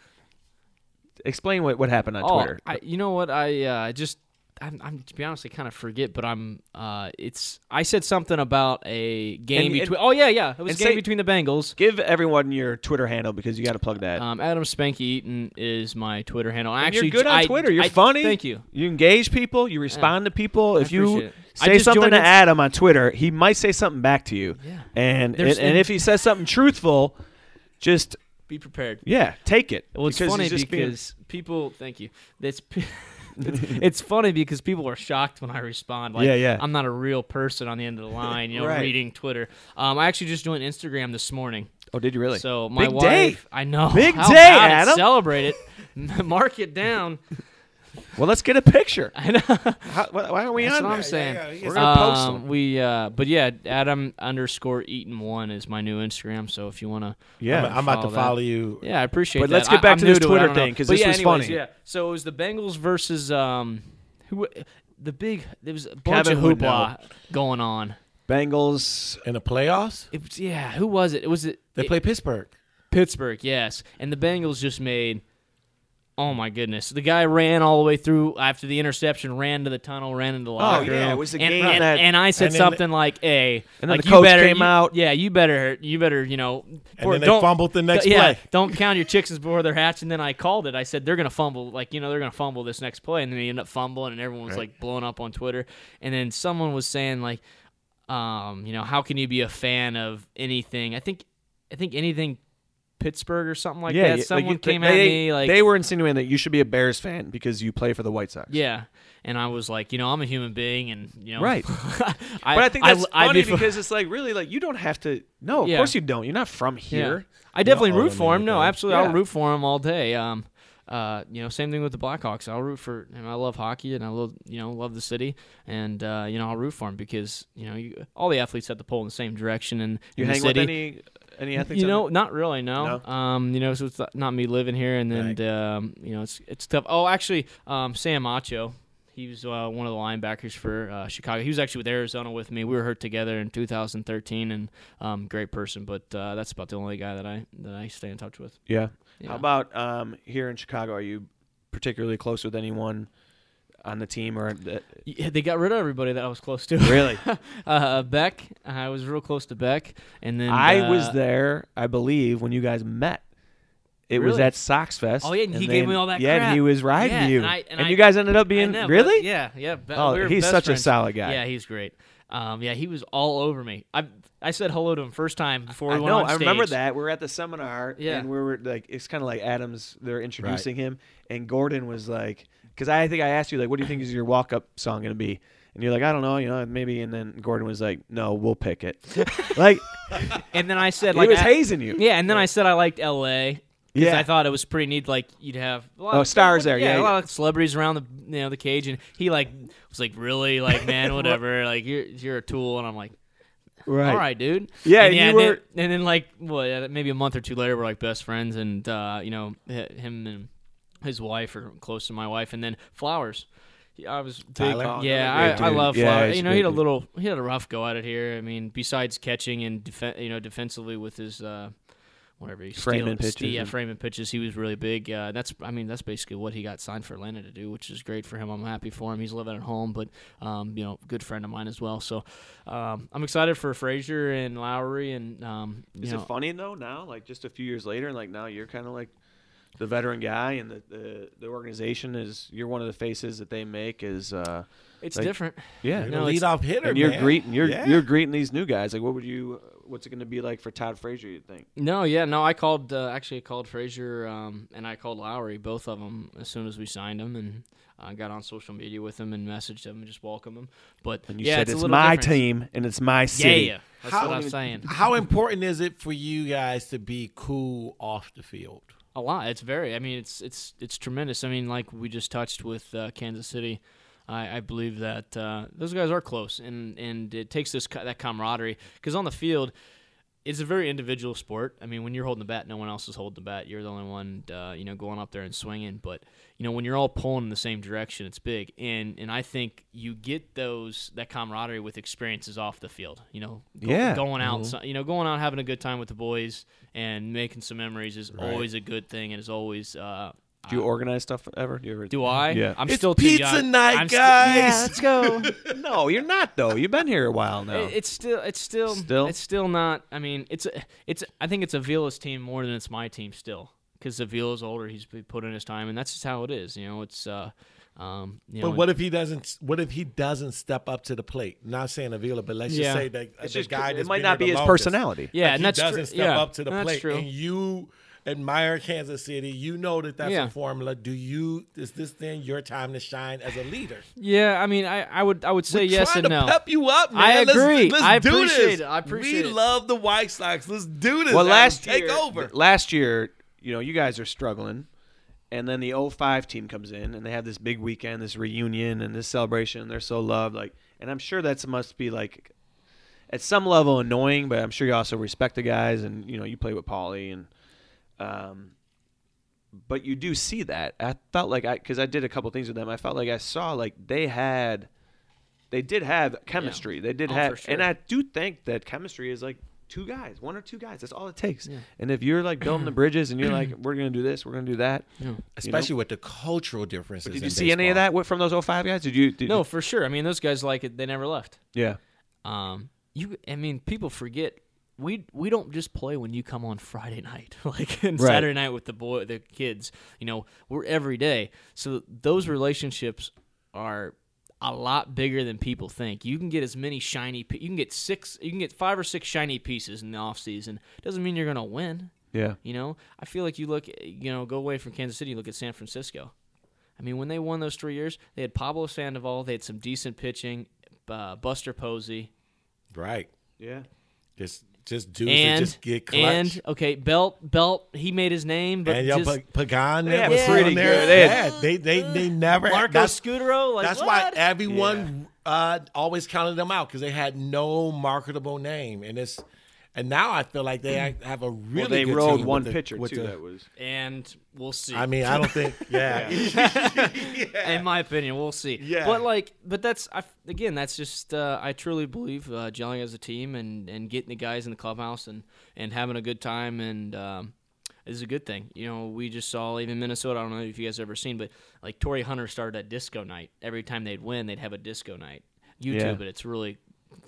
[SPEAKER 6] Explain what, what happened on Twitter.
[SPEAKER 10] Oh, I, you know what? I uh, just, I'm, I'm to be honest, I kind of forget, but I'm. Uh, it's I said something about a game
[SPEAKER 6] And- and-
[SPEAKER 10] between. oh yeah, yeah, it was a
[SPEAKER 6] and
[SPEAKER 10] game
[SPEAKER 6] say-
[SPEAKER 10] between the Bengals.
[SPEAKER 6] Give everyone your Twitter handle because you got to plug that.
[SPEAKER 10] Um, Adam Spanky Eaton is my Twitter handle. I
[SPEAKER 6] And
[SPEAKER 10] actually,
[SPEAKER 6] you're good on
[SPEAKER 10] I-
[SPEAKER 6] Twitter. You're
[SPEAKER 10] I-
[SPEAKER 6] funny.
[SPEAKER 10] Thank you.
[SPEAKER 6] You engage people. You respond to people. If
[SPEAKER 10] appreciate
[SPEAKER 6] you
[SPEAKER 10] it. I
[SPEAKER 6] say
[SPEAKER 10] just
[SPEAKER 6] something
[SPEAKER 10] joined
[SPEAKER 6] to
[SPEAKER 10] Inst-
[SPEAKER 6] Adam on Twitter, he might say something back to you.
[SPEAKER 10] Yeah.
[SPEAKER 6] And
[SPEAKER 10] There's-
[SPEAKER 6] and, and if he says something truthful, just
[SPEAKER 10] Be prepared.
[SPEAKER 6] yeah, take it.
[SPEAKER 10] Well, it's
[SPEAKER 6] Because
[SPEAKER 10] funny
[SPEAKER 6] he's just being-
[SPEAKER 10] because people. Thank you. That's. p- It's, it's funny because people are shocked when I respond. Like,
[SPEAKER 6] Yeah, yeah.
[SPEAKER 10] I'm not a real person on the end of the line, you know,
[SPEAKER 6] Right.
[SPEAKER 10] reading Twitter. Um, I actually just joined Instagram this morning.
[SPEAKER 6] Oh, did you really?
[SPEAKER 10] So my
[SPEAKER 6] Big
[SPEAKER 10] wife,
[SPEAKER 6] day.
[SPEAKER 10] I know.
[SPEAKER 6] Big
[SPEAKER 10] How
[SPEAKER 6] day,
[SPEAKER 10] about it?
[SPEAKER 6] Adam.
[SPEAKER 10] Celebrate it. Mark it down.
[SPEAKER 6] Well, let's get a picture.
[SPEAKER 10] I know.
[SPEAKER 6] How, why why aren't we
[SPEAKER 10] That's
[SPEAKER 6] on?
[SPEAKER 10] what I'm
[SPEAKER 6] there?
[SPEAKER 10] saying.
[SPEAKER 6] We're gonna post
[SPEAKER 10] Um,
[SPEAKER 6] them.
[SPEAKER 10] We, uh, but yeah, Adam underscore Eaton one is my new Instagram. So if you wanna,
[SPEAKER 6] Yeah.
[SPEAKER 9] I'm, I'm about to
[SPEAKER 10] that.
[SPEAKER 9] follow you.
[SPEAKER 10] yeah, I appreciate.
[SPEAKER 6] But
[SPEAKER 10] that.
[SPEAKER 6] let's get
[SPEAKER 10] I-
[SPEAKER 6] back
[SPEAKER 10] I'm
[SPEAKER 6] to
[SPEAKER 10] new
[SPEAKER 6] this
[SPEAKER 10] it, I
[SPEAKER 6] Twitter
[SPEAKER 10] don't know.
[SPEAKER 6] thing, 'cause
[SPEAKER 10] But
[SPEAKER 6] this
[SPEAKER 10] yeah,
[SPEAKER 6] was
[SPEAKER 10] anyways,
[SPEAKER 6] funny.
[SPEAKER 10] Yeah. So it was the Bengals versus um, who? The big there was a bunch
[SPEAKER 6] Kevin
[SPEAKER 10] of
[SPEAKER 6] would
[SPEAKER 10] hoopla going on.
[SPEAKER 6] Bengals.
[SPEAKER 9] In the playoffs,
[SPEAKER 10] It was yeah. Who was it? It was it
[SPEAKER 9] they play Pittsburgh.
[SPEAKER 10] Pittsburgh, yes. And the Bengals just made oh my goodness. The guy ran all the way through after the interception, ran to the tunnel, ran into the locker
[SPEAKER 6] Oh, yeah, it
[SPEAKER 10] room.
[SPEAKER 6] was a
[SPEAKER 10] and,
[SPEAKER 6] game
[SPEAKER 10] and,
[SPEAKER 6] that-
[SPEAKER 10] and I said
[SPEAKER 9] and then
[SPEAKER 10] something like, "Hey,
[SPEAKER 6] then
[SPEAKER 10] like
[SPEAKER 6] the
[SPEAKER 10] you
[SPEAKER 6] coach
[SPEAKER 10] better
[SPEAKER 6] came
[SPEAKER 10] you-
[SPEAKER 6] out.
[SPEAKER 10] Yeah, you better you better, you know,
[SPEAKER 9] And then they fumbled the next
[SPEAKER 10] yeah,
[SPEAKER 9] play.
[SPEAKER 10] Don't count your chickens before they're hatched and then I called it. I said they're going to fumble like, you know, they're going to fumble this next play and then they end up fumbling and everyone was like blowing up on Twitter. And then someone was saying like um, you know, how can you be a fan of anything? I think I think anything Pittsburgh or something like that.
[SPEAKER 6] you-
[SPEAKER 10] Someone
[SPEAKER 6] you-
[SPEAKER 10] came
[SPEAKER 6] they,
[SPEAKER 10] at me like
[SPEAKER 6] they were insinuating that you should be a Bears fan because you play for the White Sox.
[SPEAKER 10] yeah, and I was like, you know, I'm a human being, and you know,
[SPEAKER 6] Right.
[SPEAKER 10] I,
[SPEAKER 6] But I think that's
[SPEAKER 10] I,
[SPEAKER 6] funny
[SPEAKER 10] I'd be fu-
[SPEAKER 6] because it's like really like you don't have to. No, of
[SPEAKER 10] Yeah.
[SPEAKER 6] course you don't. You're not from
[SPEAKER 10] yeah.
[SPEAKER 6] here.
[SPEAKER 10] I definitely
[SPEAKER 9] owe
[SPEAKER 10] root
[SPEAKER 9] them
[SPEAKER 10] for him. No,
[SPEAKER 9] anything.
[SPEAKER 10] absolutely,
[SPEAKER 6] Yeah.
[SPEAKER 10] I'll root for him all day. Um, uh, you know, same thing with the Blackhawks. I'll root for him. I love hockey, and I love you know love the city, and uh, you know I'll root for him because you know you, all the athletes have to pull in the same direction, and
[SPEAKER 6] You
[SPEAKER 10] in
[SPEAKER 6] hang
[SPEAKER 10] the city.
[SPEAKER 6] with any Any ethics?
[SPEAKER 10] You
[SPEAKER 6] on
[SPEAKER 10] know,
[SPEAKER 6] that?
[SPEAKER 10] not really. No. Um, you know, so it's not me living here, and then
[SPEAKER 9] Right.
[SPEAKER 10] um, you know, it's it's tough. Oh, actually, um, Sam Macho. He was uh, one of the linebackers for uh, Chicago. He was actually with Arizona with me. We were hurt together in 2013, and um, great person. But uh, that's about the only guy that I that I stay in touch with.
[SPEAKER 6] yeah.
[SPEAKER 10] Yeah.
[SPEAKER 6] How about um, here in Chicago? Are you particularly close with anyone on the team or? That,
[SPEAKER 10] Yeah, they got rid of everybody that I was close to.
[SPEAKER 6] Really?
[SPEAKER 10] uh, Beck, I was real close to Beck, and then
[SPEAKER 6] I was
[SPEAKER 10] uh,
[SPEAKER 6] there, I believe, when you guys met. It was
[SPEAKER 10] Really?
[SPEAKER 6] at Sox Fest.
[SPEAKER 10] Oh yeah, and, he gave
[SPEAKER 6] then-
[SPEAKER 10] me all that.
[SPEAKER 6] Yeah,
[SPEAKER 10] crap.
[SPEAKER 6] and he was riding
[SPEAKER 10] Yeah,
[SPEAKER 6] you,
[SPEAKER 10] and, I, and, I-
[SPEAKER 6] you guys ended up
[SPEAKER 10] I
[SPEAKER 6] being
[SPEAKER 10] know, but-
[SPEAKER 6] really.
[SPEAKER 10] Yeah, yeah. Be-
[SPEAKER 6] Oh,
[SPEAKER 10] we were
[SPEAKER 6] he's
[SPEAKER 10] best
[SPEAKER 6] such a
[SPEAKER 10] friends.
[SPEAKER 6] solid guy.
[SPEAKER 10] Yeah, he's great. Um, yeah, he was all over me. I I said hello to him first time before we
[SPEAKER 6] I
[SPEAKER 10] went
[SPEAKER 6] know.
[SPEAKER 10] on
[SPEAKER 6] I remember
[SPEAKER 10] stage.
[SPEAKER 6] that. We were at the seminar,
[SPEAKER 10] Yeah.
[SPEAKER 6] and we were like, it's kind of like Adams. They're introducing him, and Gordon was like, because I think I asked you like, what do you think is your walk-up song gonna be? And you're like, I don't know, you know, maybe. And then Gordon was like, No, we'll pick it. like
[SPEAKER 10] And then I said
[SPEAKER 6] he
[SPEAKER 10] like
[SPEAKER 6] was
[SPEAKER 10] I-
[SPEAKER 6] hazing you.
[SPEAKER 10] Yeah, and then I said I liked L.A. Because
[SPEAKER 6] Yeah.
[SPEAKER 10] I thought it was pretty neat. Like you'd have a lot
[SPEAKER 6] Oh,
[SPEAKER 10] of
[SPEAKER 6] stars there,
[SPEAKER 10] Yeah,
[SPEAKER 6] yeah,
[SPEAKER 10] a lot of celebrities around the you know the cage, and he like was like really like man whatever like you're you're a tool, and I'm like
[SPEAKER 6] Right.
[SPEAKER 10] all right, dude.
[SPEAKER 6] Yeah,
[SPEAKER 10] and,
[SPEAKER 6] you
[SPEAKER 10] and
[SPEAKER 6] were-
[SPEAKER 10] Then, and then like what? uh, Maybe a month or two later, we're like best friends, and uh, you know hi- him and his wife are close to my wife, and then flowers. Yeah, I was big.
[SPEAKER 9] Tyler? Oh,
[SPEAKER 10] yeah, I, I love
[SPEAKER 6] Yeah,
[SPEAKER 10] flowers.
[SPEAKER 6] he's
[SPEAKER 10] you know,
[SPEAKER 6] a
[SPEAKER 10] he had a
[SPEAKER 6] great dude.
[SPEAKER 10] little, he had a rough go at it here. I mean, besides catching and defen- you know, defensively with his. Uh, Whatever he's
[SPEAKER 6] Framing pitches
[SPEAKER 10] yeah,
[SPEAKER 6] and-
[SPEAKER 10] framing pitches. He was really big. Uh, that's, I mean, that's basically what he got signed for Atlanta to do, which is great for him. I'm happy for him. He's living at home, but um, you know, good friend of mine as well. So um, I'm excited for Frazier and Lowry, and um, you
[SPEAKER 6] Is
[SPEAKER 10] know,
[SPEAKER 6] it funny though now? Like just a few years later, and like now you're kind of like the veteran guy, and the, the the organization is you're one of the faces that they make is uh
[SPEAKER 10] it's
[SPEAKER 6] like-
[SPEAKER 10] different.
[SPEAKER 6] yeah.
[SPEAKER 10] No,
[SPEAKER 9] lead
[SPEAKER 10] it's-
[SPEAKER 9] off hitter,
[SPEAKER 6] and you're
[SPEAKER 9] man.
[SPEAKER 6] greeting you're
[SPEAKER 9] Yeah.
[SPEAKER 6] you're greeting these new guys. Like what would you uh, what's it going to be like for Todd Frazier? You think?
[SPEAKER 10] No, yeah, no. I called uh, actually I called Frazier um, and I called Lowry, both of them, as soon as we signed them, and uh, got on social media with them and messaged them and just welcomed them. But
[SPEAKER 6] And you
[SPEAKER 10] yeah,
[SPEAKER 6] said
[SPEAKER 10] it's,
[SPEAKER 6] it's,
[SPEAKER 10] a little
[SPEAKER 6] my
[SPEAKER 10] different.
[SPEAKER 6] team and it's my
[SPEAKER 10] Yeah,
[SPEAKER 6] city.
[SPEAKER 10] yeah, that's
[SPEAKER 9] How-
[SPEAKER 10] what I'm saying.
[SPEAKER 9] How important is it for you guys to be cool off the field?
[SPEAKER 10] A lot. It's very. I mean, it's it's it's tremendous. I mean, like we just touched with uh, Kansas City. I, I believe that uh, those guys are close, and and it takes this co- that camaraderie because on the field, it's a very individual sport. I mean, when you're holding the bat, no one else is holding the bat. You're the only one, uh, you know, going up there and swinging. But you know, when you're all pulling in the same direction, it's big. And and I think you get those that camaraderie with experiences off the field. You know, go-
[SPEAKER 6] Yeah.
[SPEAKER 10] going out,
[SPEAKER 9] Mm-hmm.
[SPEAKER 10] so- you know, going out having a good time with the boys and making some memories is always a good thing, and is always. Uh,
[SPEAKER 6] Do you organize stuff ever? Do you ever?
[SPEAKER 10] do I?
[SPEAKER 6] Yeah.
[SPEAKER 10] I'm
[SPEAKER 9] Mm-hmm. It's
[SPEAKER 10] still too
[SPEAKER 9] pizza
[SPEAKER 10] young.
[SPEAKER 9] night,
[SPEAKER 10] I'm sti-
[SPEAKER 9] guys.
[SPEAKER 10] Yeah,
[SPEAKER 6] let's go. no, you're not though. You've been here a while now.
[SPEAKER 10] It- It's still, it's still,
[SPEAKER 6] Still?
[SPEAKER 10] it's still not. I mean, it's, a, it's. I think it's Avila's team more than it's my team still, because Avila's older. He's been put in his time, and that's just how it is. You know, it's. uh um, you know,
[SPEAKER 9] But what if he doesn't? What if he doesn't step up to the plate? Not saying Avila, but let's
[SPEAKER 10] Yeah.
[SPEAKER 9] just say that uh, the
[SPEAKER 6] It's just
[SPEAKER 9] guy.
[SPEAKER 6] it
[SPEAKER 9] that's
[SPEAKER 6] might
[SPEAKER 9] been
[SPEAKER 6] not
[SPEAKER 9] here
[SPEAKER 6] be
[SPEAKER 9] the
[SPEAKER 6] his
[SPEAKER 9] longest,
[SPEAKER 6] personality.
[SPEAKER 10] Yeah,
[SPEAKER 9] like,
[SPEAKER 10] and
[SPEAKER 9] he
[SPEAKER 10] that's
[SPEAKER 9] doesn't
[SPEAKER 10] true.
[SPEAKER 9] step
[SPEAKER 10] yeah,
[SPEAKER 9] up to the
[SPEAKER 10] that's
[SPEAKER 9] plate,
[SPEAKER 10] True.
[SPEAKER 9] and you admire Kansas City. You know that that's
[SPEAKER 10] Yeah.
[SPEAKER 9] a formula. Do you? Is this then your time to shine as a leader?
[SPEAKER 10] yeah, I mean, I, I would, I would say yes
[SPEAKER 9] Trying
[SPEAKER 10] and
[SPEAKER 9] to
[SPEAKER 10] no.
[SPEAKER 9] pep you up, man.
[SPEAKER 10] I
[SPEAKER 9] Let's-
[SPEAKER 10] agree.
[SPEAKER 9] Let's,
[SPEAKER 10] I
[SPEAKER 9] do
[SPEAKER 10] appreciate
[SPEAKER 9] this.
[SPEAKER 10] it. I appreciate
[SPEAKER 9] We
[SPEAKER 10] it.
[SPEAKER 9] love the White Sox. Let's do this.
[SPEAKER 6] Well,
[SPEAKER 9] Adam.
[SPEAKER 6] last
[SPEAKER 9] take
[SPEAKER 6] year,
[SPEAKER 9] over.
[SPEAKER 6] last year, you know, you guys are struggling, and then the 05 team comes in, and they have this big weekend, this reunion, and this celebration. And they're so loved, like, and I'm sure that's must be like, at some level annoying, but I'm sure you also respect the guys, and you know, you play with Paulie, and, um, but you do see that. I felt like I, because I did a couple things with them, I felt like I saw like they had. They did have chemistry. They did
[SPEAKER 10] Oh,
[SPEAKER 6] have,
[SPEAKER 10] for
[SPEAKER 6] and
[SPEAKER 10] sure.
[SPEAKER 6] I do think that chemistry is like two guys, one or two guys. That's all it takes. And if you're like building the bridges and you're like, we're gonna do this, we're gonna do that.
[SPEAKER 9] Especially with the cultural differences.
[SPEAKER 6] Did
[SPEAKER 9] in
[SPEAKER 6] you see any of
[SPEAKER 9] baseball.
[SPEAKER 6] that wi- from those 05 guys? Did you? Did
[SPEAKER 10] No, for sure. I mean, those guys like it. They never left.
[SPEAKER 6] yeah.
[SPEAKER 10] Um, you, I mean, people forget we we don't just play when you come on Friday night, like and
[SPEAKER 6] Right.
[SPEAKER 10] Saturday night with the boy, the kids. You know, we're every day. So those relationships are a lot bigger than people think. You can get as many shiny. pi- You can get six. You can get five or six shiny pieces in the off season. Doesn't mean you're gonna win.
[SPEAKER 6] Yeah.
[SPEAKER 10] You know, I feel like you look, you know, go away from Kansas City, look at San Francisco. I mean, when they won those three years, they had Pablo Sandoval, they had some decent pitching, uh, Buster Posey,
[SPEAKER 9] Right.
[SPEAKER 6] Yeah.
[SPEAKER 9] Just just dudes that
[SPEAKER 10] and
[SPEAKER 9] just get clutch.
[SPEAKER 10] and okay, Belt Belt, he made his name, but
[SPEAKER 9] and y'all
[SPEAKER 10] just
[SPEAKER 6] had
[SPEAKER 9] Pagan there was
[SPEAKER 6] a
[SPEAKER 9] still
[SPEAKER 6] pretty
[SPEAKER 9] in there.
[SPEAKER 6] good- they
[SPEAKER 9] yeah,
[SPEAKER 6] had-
[SPEAKER 9] they they they never.
[SPEAKER 10] Marco
[SPEAKER 9] that's
[SPEAKER 10] Scudero, like
[SPEAKER 9] that's why E-
[SPEAKER 10] what?
[SPEAKER 9] everyone uh, always counted them out because they had no marketable name, and it's And now I feel like
[SPEAKER 10] Hmm.
[SPEAKER 9] they act- have a really
[SPEAKER 11] Well, they
[SPEAKER 9] good
[SPEAKER 11] rolled
[SPEAKER 9] team
[SPEAKER 11] one
[SPEAKER 9] with the-
[SPEAKER 11] pitcher
[SPEAKER 9] with
[SPEAKER 11] too.
[SPEAKER 9] the-
[SPEAKER 11] that was
[SPEAKER 10] and we'll see.
[SPEAKER 9] I mean, I don't think. Yeah,
[SPEAKER 10] in my opinion, we'll see.
[SPEAKER 11] Yeah.
[SPEAKER 10] But like, but that's I, again, that's just uh, I truly believe uh, gelling as a team and and getting the guys in the clubhouse and and having a good time and. Um, is a good thing. You know, we just saw even Minnesota. I don't know if you guys have ever seen, but like Torrey Hunter started at disco night. Every time they'd win, they'd have a disco night. YouTube,
[SPEAKER 6] Yeah.
[SPEAKER 10] but it's really,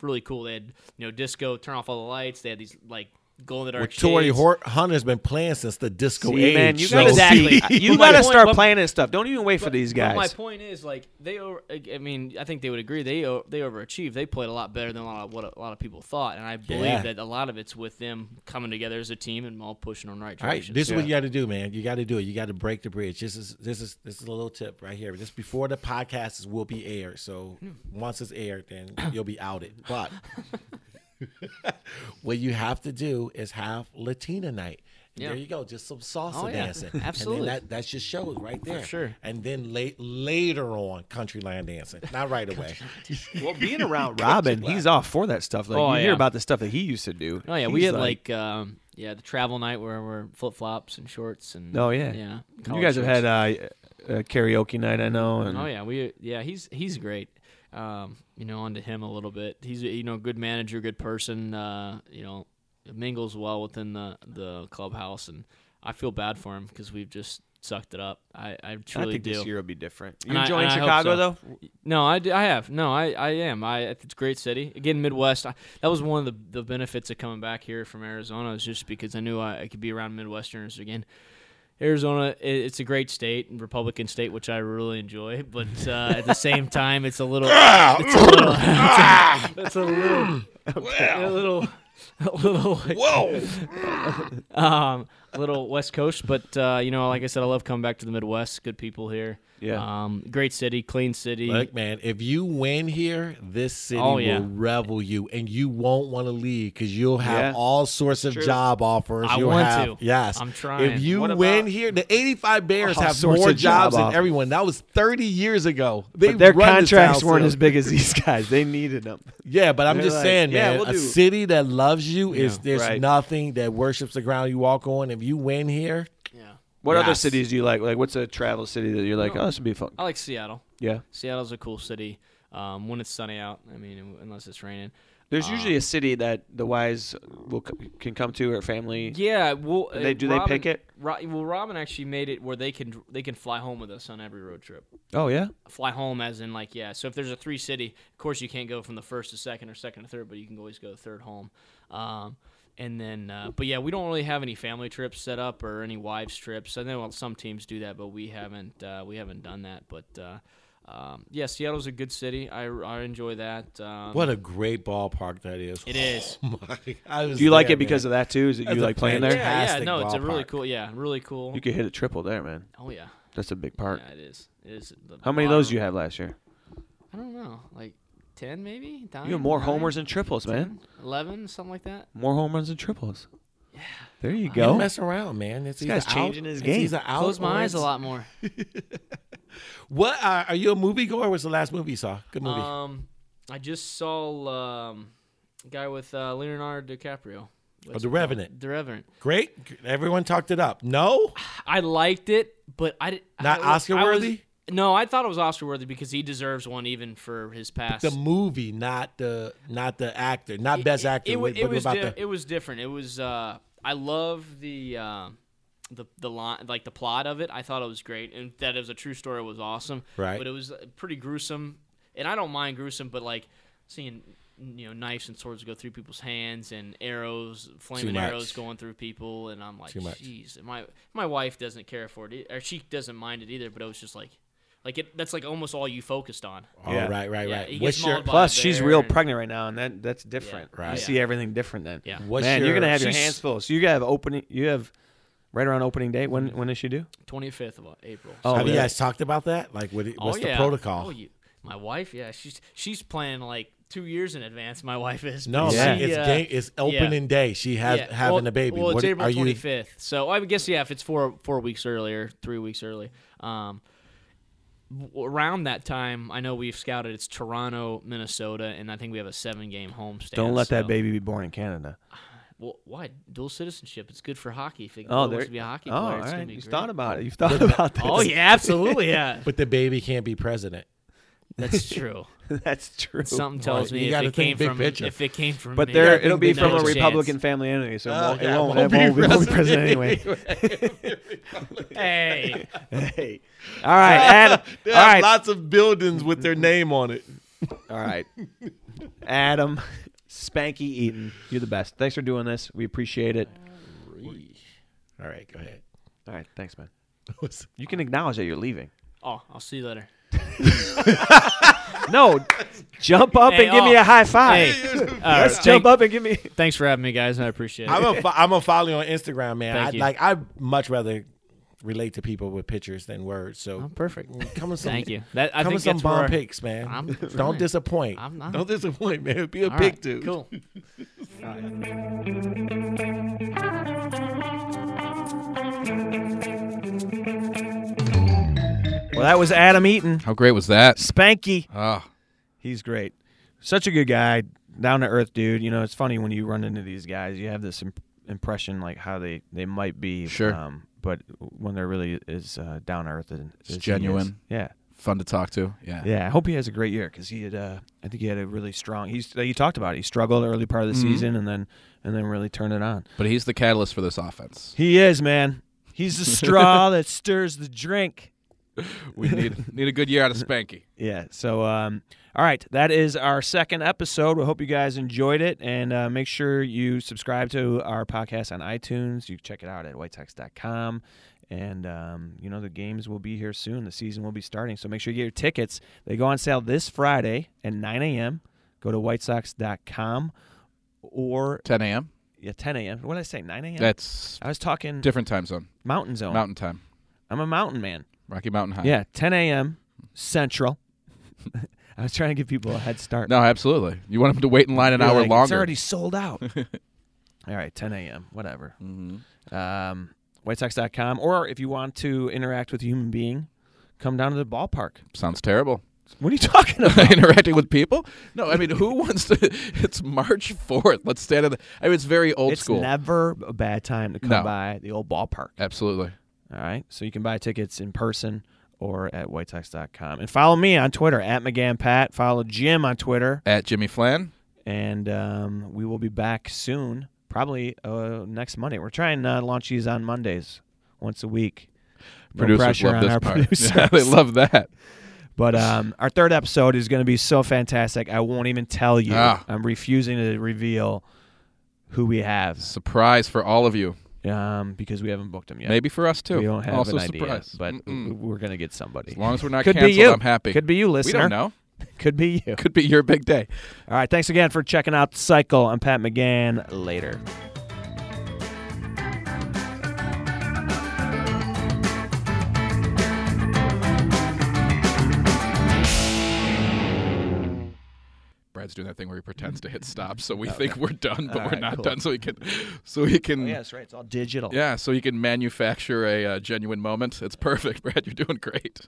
[SPEAKER 10] really cool. They had you know disco, turn off all the lights. They had these like glow in the dark.
[SPEAKER 9] Well, Tory
[SPEAKER 10] shades.
[SPEAKER 9] Hor- Hunter's been playing since the disco
[SPEAKER 6] See,
[SPEAKER 9] age.
[SPEAKER 6] man, you
[SPEAKER 9] so-
[SPEAKER 6] gotta
[SPEAKER 10] Exactly.
[SPEAKER 6] see- you
[SPEAKER 10] But my
[SPEAKER 6] gotta
[SPEAKER 10] point-
[SPEAKER 6] start
[SPEAKER 10] but-
[SPEAKER 6] playing this stuff. Don't even wait for
[SPEAKER 10] But-
[SPEAKER 6] these
[SPEAKER 10] but
[SPEAKER 6] guys.
[SPEAKER 10] my point is, like they, over, I mean, I think they would agree they o- they overachieved. They played a lot better than a lot of what a lot of people thought, and I believe
[SPEAKER 9] Yeah.
[SPEAKER 10] that a lot of it's with them coming together as a team and all pushing on the right
[SPEAKER 9] All right,
[SPEAKER 10] direction.
[SPEAKER 9] this is
[SPEAKER 10] So-
[SPEAKER 9] what you got to do, man. You got to do it. You got to break the bridge. This is this is this is a little tip right here. This before the podcast is- will be aired. So once it's aired, then you'll be outed. But what you have to do is have Latina night.
[SPEAKER 10] Yeah.
[SPEAKER 9] There you go, just some salsa
[SPEAKER 10] Oh, yeah.
[SPEAKER 9] dancing.
[SPEAKER 10] Absolutely.
[SPEAKER 9] and then that that just shows right there.
[SPEAKER 10] sure.
[SPEAKER 9] And then late later on, country land dancing. Not right away.
[SPEAKER 6] well, being around Robin, he's all for that stuff. Like
[SPEAKER 10] Oh,
[SPEAKER 6] you hear
[SPEAKER 10] yeah.
[SPEAKER 6] about the stuff that he used to do.
[SPEAKER 10] Oh yeah, we
[SPEAKER 6] He's
[SPEAKER 10] had like, um, yeah the travel night where we're flip flops and shorts and
[SPEAKER 6] Oh, yeah.
[SPEAKER 10] yeah
[SPEAKER 6] you
[SPEAKER 10] collared
[SPEAKER 6] guys have
[SPEAKER 10] shorts.
[SPEAKER 6] had uh, uh, karaoke night, I know. And
[SPEAKER 10] Oh yeah, we yeah he's he's great. Um, you know, onto him a little bit. He's a, you know a good manager, good person. Uh, you know, mingles well within the the clubhouse, and I feel bad for him because we've just sucked it up. I I
[SPEAKER 6] I
[SPEAKER 10] truly
[SPEAKER 6] think
[SPEAKER 10] do.
[SPEAKER 6] this year will be different. You
[SPEAKER 10] And I-
[SPEAKER 6] enjoying
[SPEAKER 10] and I hope
[SPEAKER 6] Chicago
[SPEAKER 10] so.
[SPEAKER 6] though?
[SPEAKER 10] No, I, d- I have no, I, I am. I it's a great city again, Midwest. I, that was one of the, the benefits of coming back here from Arizona is just because I knew I, I could be around Midwesterners again. Arizona, i it's a great state, Republican state, which I really enjoy. But uh, at the same time, it's a little, it's a little, it's a little, a little, a little
[SPEAKER 9] Whoa!
[SPEAKER 10] um, little West Coast, but uh, you know, like I said, I love coming back to the Midwest. Good people here.
[SPEAKER 6] Yeah.
[SPEAKER 10] Um, great city, clean city.
[SPEAKER 9] Look, man, if you win here, this city
[SPEAKER 10] Oh, yeah.
[SPEAKER 9] will revel you, and you won't want to leave because you'll have
[SPEAKER 6] Yeah.
[SPEAKER 9] all sorts of job offers.
[SPEAKER 10] I
[SPEAKER 9] You'll
[SPEAKER 10] want
[SPEAKER 9] have-
[SPEAKER 10] to.
[SPEAKER 9] Yes,
[SPEAKER 10] I'm trying.
[SPEAKER 9] If you
[SPEAKER 6] What about-
[SPEAKER 9] win here, the 85 Bears
[SPEAKER 6] All
[SPEAKER 9] have
[SPEAKER 6] sorts
[SPEAKER 9] more
[SPEAKER 6] of job
[SPEAKER 9] jobs than
[SPEAKER 6] offers.
[SPEAKER 9] everyone. That was 30 years ago. They
[SPEAKER 6] But their
[SPEAKER 9] run this
[SPEAKER 6] contracts
[SPEAKER 9] house
[SPEAKER 6] weren't
[SPEAKER 9] up.
[SPEAKER 6] as big as these guys. They needed them.
[SPEAKER 9] Yeah, but I'm
[SPEAKER 6] They're
[SPEAKER 9] just
[SPEAKER 6] like,
[SPEAKER 9] saying,
[SPEAKER 6] yeah,
[SPEAKER 9] man,
[SPEAKER 6] we'll
[SPEAKER 9] a
[SPEAKER 6] do-
[SPEAKER 9] city that loves you is
[SPEAKER 6] Yeah,
[SPEAKER 9] there's
[SPEAKER 6] right.
[SPEAKER 9] nothing that worships the ground you walk on. If you win here,
[SPEAKER 10] yeah.
[SPEAKER 6] What other
[SPEAKER 9] Yes.
[SPEAKER 6] cities do you like? Like, what's a travel city that you're like, oh, this would be fun?
[SPEAKER 10] I like Seattle.
[SPEAKER 6] Yeah.
[SPEAKER 10] Seattle's a cool city. Um, when it's sunny out, I mean, unless it's raining. Uh,
[SPEAKER 6] There's usually a city that the wise will c- can come to or family.
[SPEAKER 10] Yeah, well,
[SPEAKER 6] They- do they pick it?
[SPEAKER 10] Ro- well, Robin actually made it where they can they can fly home with us on every road trip.
[SPEAKER 6] Oh yeah.
[SPEAKER 10] Fly home, as in like yeah. So if there's a three city, of course you can't go from the first to second or second to third, but you can always go third home. Um, and then, uh, but yeah, we don't really have any family trips set up or any wives trips. I know well, some teams do that, but we haven't uh, we haven't done that. But uh, um, yeah, Seattle's a good city. I, I enjoy that. Um,
[SPEAKER 9] what a great ballpark that is.
[SPEAKER 10] it is.
[SPEAKER 9] Oh my, I was
[SPEAKER 6] Do you like
[SPEAKER 9] there,
[SPEAKER 6] it because
[SPEAKER 9] man.
[SPEAKER 6] of that too? Is it
[SPEAKER 9] That's
[SPEAKER 6] you
[SPEAKER 9] a
[SPEAKER 6] like playing
[SPEAKER 9] fantastic-
[SPEAKER 6] there?
[SPEAKER 10] Yeah, yeah,
[SPEAKER 9] Fantastic
[SPEAKER 10] no, it's a really
[SPEAKER 9] ballpark.
[SPEAKER 10] cool. Yeah, really cool.
[SPEAKER 6] You could hit a triple there, man.
[SPEAKER 10] Oh yeah,
[SPEAKER 6] That's a big park.
[SPEAKER 10] yeah, Um, it is. It is. The
[SPEAKER 6] How many of those
[SPEAKER 10] bottom-
[SPEAKER 6] do you have last year?
[SPEAKER 10] I don't know, like ten maybe.
[SPEAKER 6] You have more homers and triples, man.
[SPEAKER 10] Eleven, something like that.
[SPEAKER 6] More home runs and triples. Yeah. There you
[SPEAKER 9] You don't
[SPEAKER 6] go.
[SPEAKER 9] mess around, man. It's
[SPEAKER 6] This
[SPEAKER 9] either
[SPEAKER 6] guy's changing
[SPEAKER 9] out,
[SPEAKER 6] his
[SPEAKER 9] it's
[SPEAKER 6] game.
[SPEAKER 9] either out
[SPEAKER 10] Close
[SPEAKER 9] or
[SPEAKER 10] my eyes a
[SPEAKER 9] it's-
[SPEAKER 10] lot more.
[SPEAKER 9] What uh, are, are you a movie goer? What's the last movie you saw? Good movie.
[SPEAKER 10] um, I just saw um, a guy with uh, Leonardo DiCaprio.
[SPEAKER 9] oh, the Revenant.
[SPEAKER 10] The Reverend.
[SPEAKER 9] Great. Everyone talked it up. No,
[SPEAKER 10] I liked it, but I did
[SPEAKER 9] Not Oscar-worthy?
[SPEAKER 10] No, I thought it was Oscar worthy because he deserves one even for his past.
[SPEAKER 9] the movie, not the not the actor, not
[SPEAKER 10] It-
[SPEAKER 9] best
[SPEAKER 10] it-
[SPEAKER 9] actor.
[SPEAKER 10] It, wa-
[SPEAKER 9] What-
[SPEAKER 10] it
[SPEAKER 9] what
[SPEAKER 10] was
[SPEAKER 9] about
[SPEAKER 10] di-
[SPEAKER 9] the-
[SPEAKER 10] it was different. It was uh, I love the uh, the the line like the plot of it. I thought it was great, and that it was a true story was awesome.
[SPEAKER 9] Right.
[SPEAKER 10] but it was uh, pretty gruesome, and I don't mind gruesome, but like seeing you know knives and swords go through people's hands and arrows, flaming
[SPEAKER 9] much.
[SPEAKER 10] arrows going through people, and I'm like,
[SPEAKER 9] Too much.
[SPEAKER 10] jeez, And my my wife doesn't care for it, e- or she doesn't mind it either. But it was just like. Like it, that's like almost all you focused on.
[SPEAKER 9] Oh,
[SPEAKER 6] Yeah.
[SPEAKER 9] right, right,
[SPEAKER 10] Yeah,
[SPEAKER 9] right.
[SPEAKER 10] he
[SPEAKER 9] What's
[SPEAKER 10] gets
[SPEAKER 9] your
[SPEAKER 10] mauled by
[SPEAKER 6] Plus,
[SPEAKER 10] a
[SPEAKER 6] she's
[SPEAKER 10] bear
[SPEAKER 6] real
[SPEAKER 10] and-
[SPEAKER 6] pregnant right now, and that that's different.
[SPEAKER 10] Yeah,
[SPEAKER 6] You
[SPEAKER 10] right.
[SPEAKER 6] see everything different then.
[SPEAKER 10] Yeah,
[SPEAKER 9] what's
[SPEAKER 6] man,
[SPEAKER 9] your,
[SPEAKER 6] you're gonna have your
[SPEAKER 9] she's-
[SPEAKER 6] hands full. So you have opening. You have right around opening day. When when is she due?
[SPEAKER 10] twenty fifth of April.
[SPEAKER 6] Oh,
[SPEAKER 9] Have you
[SPEAKER 6] yeah.
[SPEAKER 9] guys talked about that? Like, what, what's the protocol?
[SPEAKER 10] Oh, you, my wife, yeah, she's she's planning like two years in advance. My wife is.
[SPEAKER 9] no,
[SPEAKER 10] She,
[SPEAKER 9] man, it's
[SPEAKER 10] uh,
[SPEAKER 9] game, it's opening day. She has
[SPEAKER 10] yeah,
[SPEAKER 9] having
[SPEAKER 10] well-
[SPEAKER 9] a baby.
[SPEAKER 10] Well, it's
[SPEAKER 9] What-
[SPEAKER 10] April
[SPEAKER 9] are you-
[SPEAKER 10] twenty fifth, so I would guess yeah, if it's four four weeks earlier, three weeks early, um, w- around that time, I know we've scouted. It's Toronto, Minnesota, and I think we have a seven game home.
[SPEAKER 6] Don't let that baby be born in Canada.
[SPEAKER 10] Well, why dual citizenship? It's good for hockey. If it oh, wants to be a hockey
[SPEAKER 6] oh,
[SPEAKER 10] player,
[SPEAKER 6] all
[SPEAKER 10] it's gonna
[SPEAKER 6] right.
[SPEAKER 10] be
[SPEAKER 6] You've
[SPEAKER 10] great.
[SPEAKER 6] thought about it. You've thought about this.
[SPEAKER 10] Oh yeah, absolutely. Yeah,
[SPEAKER 9] But the baby can't be president.
[SPEAKER 10] that's true.
[SPEAKER 6] that's true.
[SPEAKER 10] Something tells
[SPEAKER 9] you
[SPEAKER 10] me if
[SPEAKER 9] gotta
[SPEAKER 10] it
[SPEAKER 9] think
[SPEAKER 10] came
[SPEAKER 9] big
[SPEAKER 10] from
[SPEAKER 9] picture.
[SPEAKER 10] if it came from.
[SPEAKER 6] But
[SPEAKER 10] me,
[SPEAKER 6] there,
[SPEAKER 10] I
[SPEAKER 6] it'll
[SPEAKER 10] think
[SPEAKER 6] be
[SPEAKER 10] there's
[SPEAKER 6] from
[SPEAKER 10] no
[SPEAKER 6] a
[SPEAKER 10] chance.
[SPEAKER 6] Republican family anyway, so it
[SPEAKER 9] Oh,
[SPEAKER 6] won't,
[SPEAKER 9] yeah,
[SPEAKER 6] it won't,
[SPEAKER 9] won't
[SPEAKER 6] it won't, be, won't be president anyway.
[SPEAKER 10] Hey,
[SPEAKER 6] hey, all right, Adam. all
[SPEAKER 9] They have
[SPEAKER 6] right,
[SPEAKER 9] lots of buildings with their name on it.
[SPEAKER 6] all right, Adam, Spanky Eaton, you're the best. Thanks for doing this. We appreciate it.
[SPEAKER 9] All right, go ahead.
[SPEAKER 6] All right, thanks, man. You can acknowledge that you're leaving.
[SPEAKER 10] oh, I'll see you later.
[SPEAKER 6] No, jump up
[SPEAKER 10] Hey,
[SPEAKER 6] and give me
[SPEAKER 10] oh.
[SPEAKER 6] a high five.
[SPEAKER 10] Hey,
[SPEAKER 6] Let's jump up and give me.
[SPEAKER 10] Thanks for having me, guys. I appreciate it.
[SPEAKER 9] I'm a fo- I'm a follow you on Instagram, man.
[SPEAKER 10] Thank
[SPEAKER 9] I,
[SPEAKER 10] you.
[SPEAKER 9] Like I much rather relate to people with pictures than words. So
[SPEAKER 10] Oh, perfect.
[SPEAKER 9] come with some.
[SPEAKER 10] Thank you. That I
[SPEAKER 9] come
[SPEAKER 10] think
[SPEAKER 9] with some
[SPEAKER 10] that's where
[SPEAKER 9] bomb
[SPEAKER 10] our-
[SPEAKER 9] pics, man.
[SPEAKER 10] I'm
[SPEAKER 9] Don't
[SPEAKER 10] trying.
[SPEAKER 9] disappoint.
[SPEAKER 10] I'm not.
[SPEAKER 9] Don't disappoint, man. Be a
[SPEAKER 10] All
[SPEAKER 9] big
[SPEAKER 10] right,
[SPEAKER 9] dude.
[SPEAKER 10] Cool.
[SPEAKER 6] Well, that was Adam Eaton,
[SPEAKER 3] How great was that?
[SPEAKER 6] Spanky.
[SPEAKER 3] Ah,
[SPEAKER 6] He's great. Such a good guy, down to earth dude. You know, it's funny when you run into these guys, you have this imp- impression like how they they might be,
[SPEAKER 3] Sure.
[SPEAKER 6] Um, but when they're really is uh, down to earth and as he is.
[SPEAKER 3] genuine.
[SPEAKER 6] Yeah,
[SPEAKER 3] fun to talk to. Yeah.
[SPEAKER 6] yeah. I hope he has a great year because he had. Uh, I think he had a really strong. He's he talked about it. He struggled early part of the
[SPEAKER 3] Mm-hmm.
[SPEAKER 6] season and then and then really turned it on.
[SPEAKER 3] But he's the catalyst for this offense.
[SPEAKER 6] He is man. He's the straw that stirs the drink.
[SPEAKER 3] We need need a good year out of Spanky.
[SPEAKER 6] Yeah. So, um, all right, that is our second episode. We hope you guys enjoyed it, and uh, make sure you subscribe to our podcast on iTunes. You can check it out at whitetex.com. And um, you know the games will be here soon. The season will be starting, so make sure you get your tickets. They go on sale this Friday at 9 a.m. Go to whitesox.com or
[SPEAKER 3] 10 a.m.
[SPEAKER 6] yeah, 10 a.m. What did I say? 9 a.m.
[SPEAKER 3] That's
[SPEAKER 6] I was talking
[SPEAKER 3] different time zone.
[SPEAKER 6] Mountain Zone.
[SPEAKER 3] Mountain time.
[SPEAKER 6] I'm a mountain man.
[SPEAKER 3] Rocky Mountain High.
[SPEAKER 6] Yeah, 10 a.m. Central. I was trying to give people a head start.
[SPEAKER 3] No, absolutely. You want him to wait in line an
[SPEAKER 6] Be
[SPEAKER 3] hour
[SPEAKER 6] like, It's
[SPEAKER 3] longer.
[SPEAKER 6] already sold out. All right, 10 a.m. Whatever.
[SPEAKER 3] Mm-hmm.
[SPEAKER 6] Um, WhiteSox.com, or if you want to interact with a human being, come down to the ballpark.
[SPEAKER 3] Sounds terrible.
[SPEAKER 6] What are you talking about?
[SPEAKER 3] Interacting with people? No, I mean, who wants to? It's March fourth. Let's stand at the. I mean, it's very old
[SPEAKER 6] it's
[SPEAKER 3] school.
[SPEAKER 6] never a bad time to come
[SPEAKER 3] No. Uh,
[SPEAKER 6] by the old ballpark.
[SPEAKER 3] absolutely.
[SPEAKER 6] All right, so you can buy tickets in person or at WhiteSox.com, and follow me on Twitter at McGanPat. Follow Jim on Twitter,
[SPEAKER 3] At Jimmy Flan.
[SPEAKER 6] and um, we will be back soon, probably uh, next Monday. We're trying to launch these on Mondays, once a week. No
[SPEAKER 3] Producers
[SPEAKER 6] pressure
[SPEAKER 3] love
[SPEAKER 6] on
[SPEAKER 3] this
[SPEAKER 6] our
[SPEAKER 3] part.
[SPEAKER 6] producers.
[SPEAKER 3] Yeah, they love that.
[SPEAKER 6] But um, our third episode is going to be so fantastic. I won't even tell you.
[SPEAKER 3] Ah.
[SPEAKER 6] I'm refusing to reveal who we have
[SPEAKER 3] Surprise for all of you.
[SPEAKER 6] um, because we haven't booked them yet.
[SPEAKER 3] Maybe for us too.
[SPEAKER 6] we don't have
[SPEAKER 3] also
[SPEAKER 6] an idea,
[SPEAKER 3] surprise.
[SPEAKER 6] but
[SPEAKER 3] Mm-mm.
[SPEAKER 6] w- we're going to get somebody.
[SPEAKER 3] as long as we're not
[SPEAKER 6] Could be
[SPEAKER 3] canceled,
[SPEAKER 6] you.
[SPEAKER 3] I'm happy.
[SPEAKER 6] Could be you,
[SPEAKER 3] we
[SPEAKER 6] listener.
[SPEAKER 3] don't know.
[SPEAKER 6] Could be you.
[SPEAKER 3] Could be your big day.
[SPEAKER 6] All right. Thanks again for checking out the cycle. I'm Pat McGann. Later.
[SPEAKER 3] Brad's doing that thing where he pretends to hit stop, so we think we're done, but we're not done. So he can, so he can,
[SPEAKER 6] Oh, yeah, that's right. It's all digital.
[SPEAKER 3] yeah, so he can manufacture a uh, genuine moment. It's perfect, Brad. You're doing great.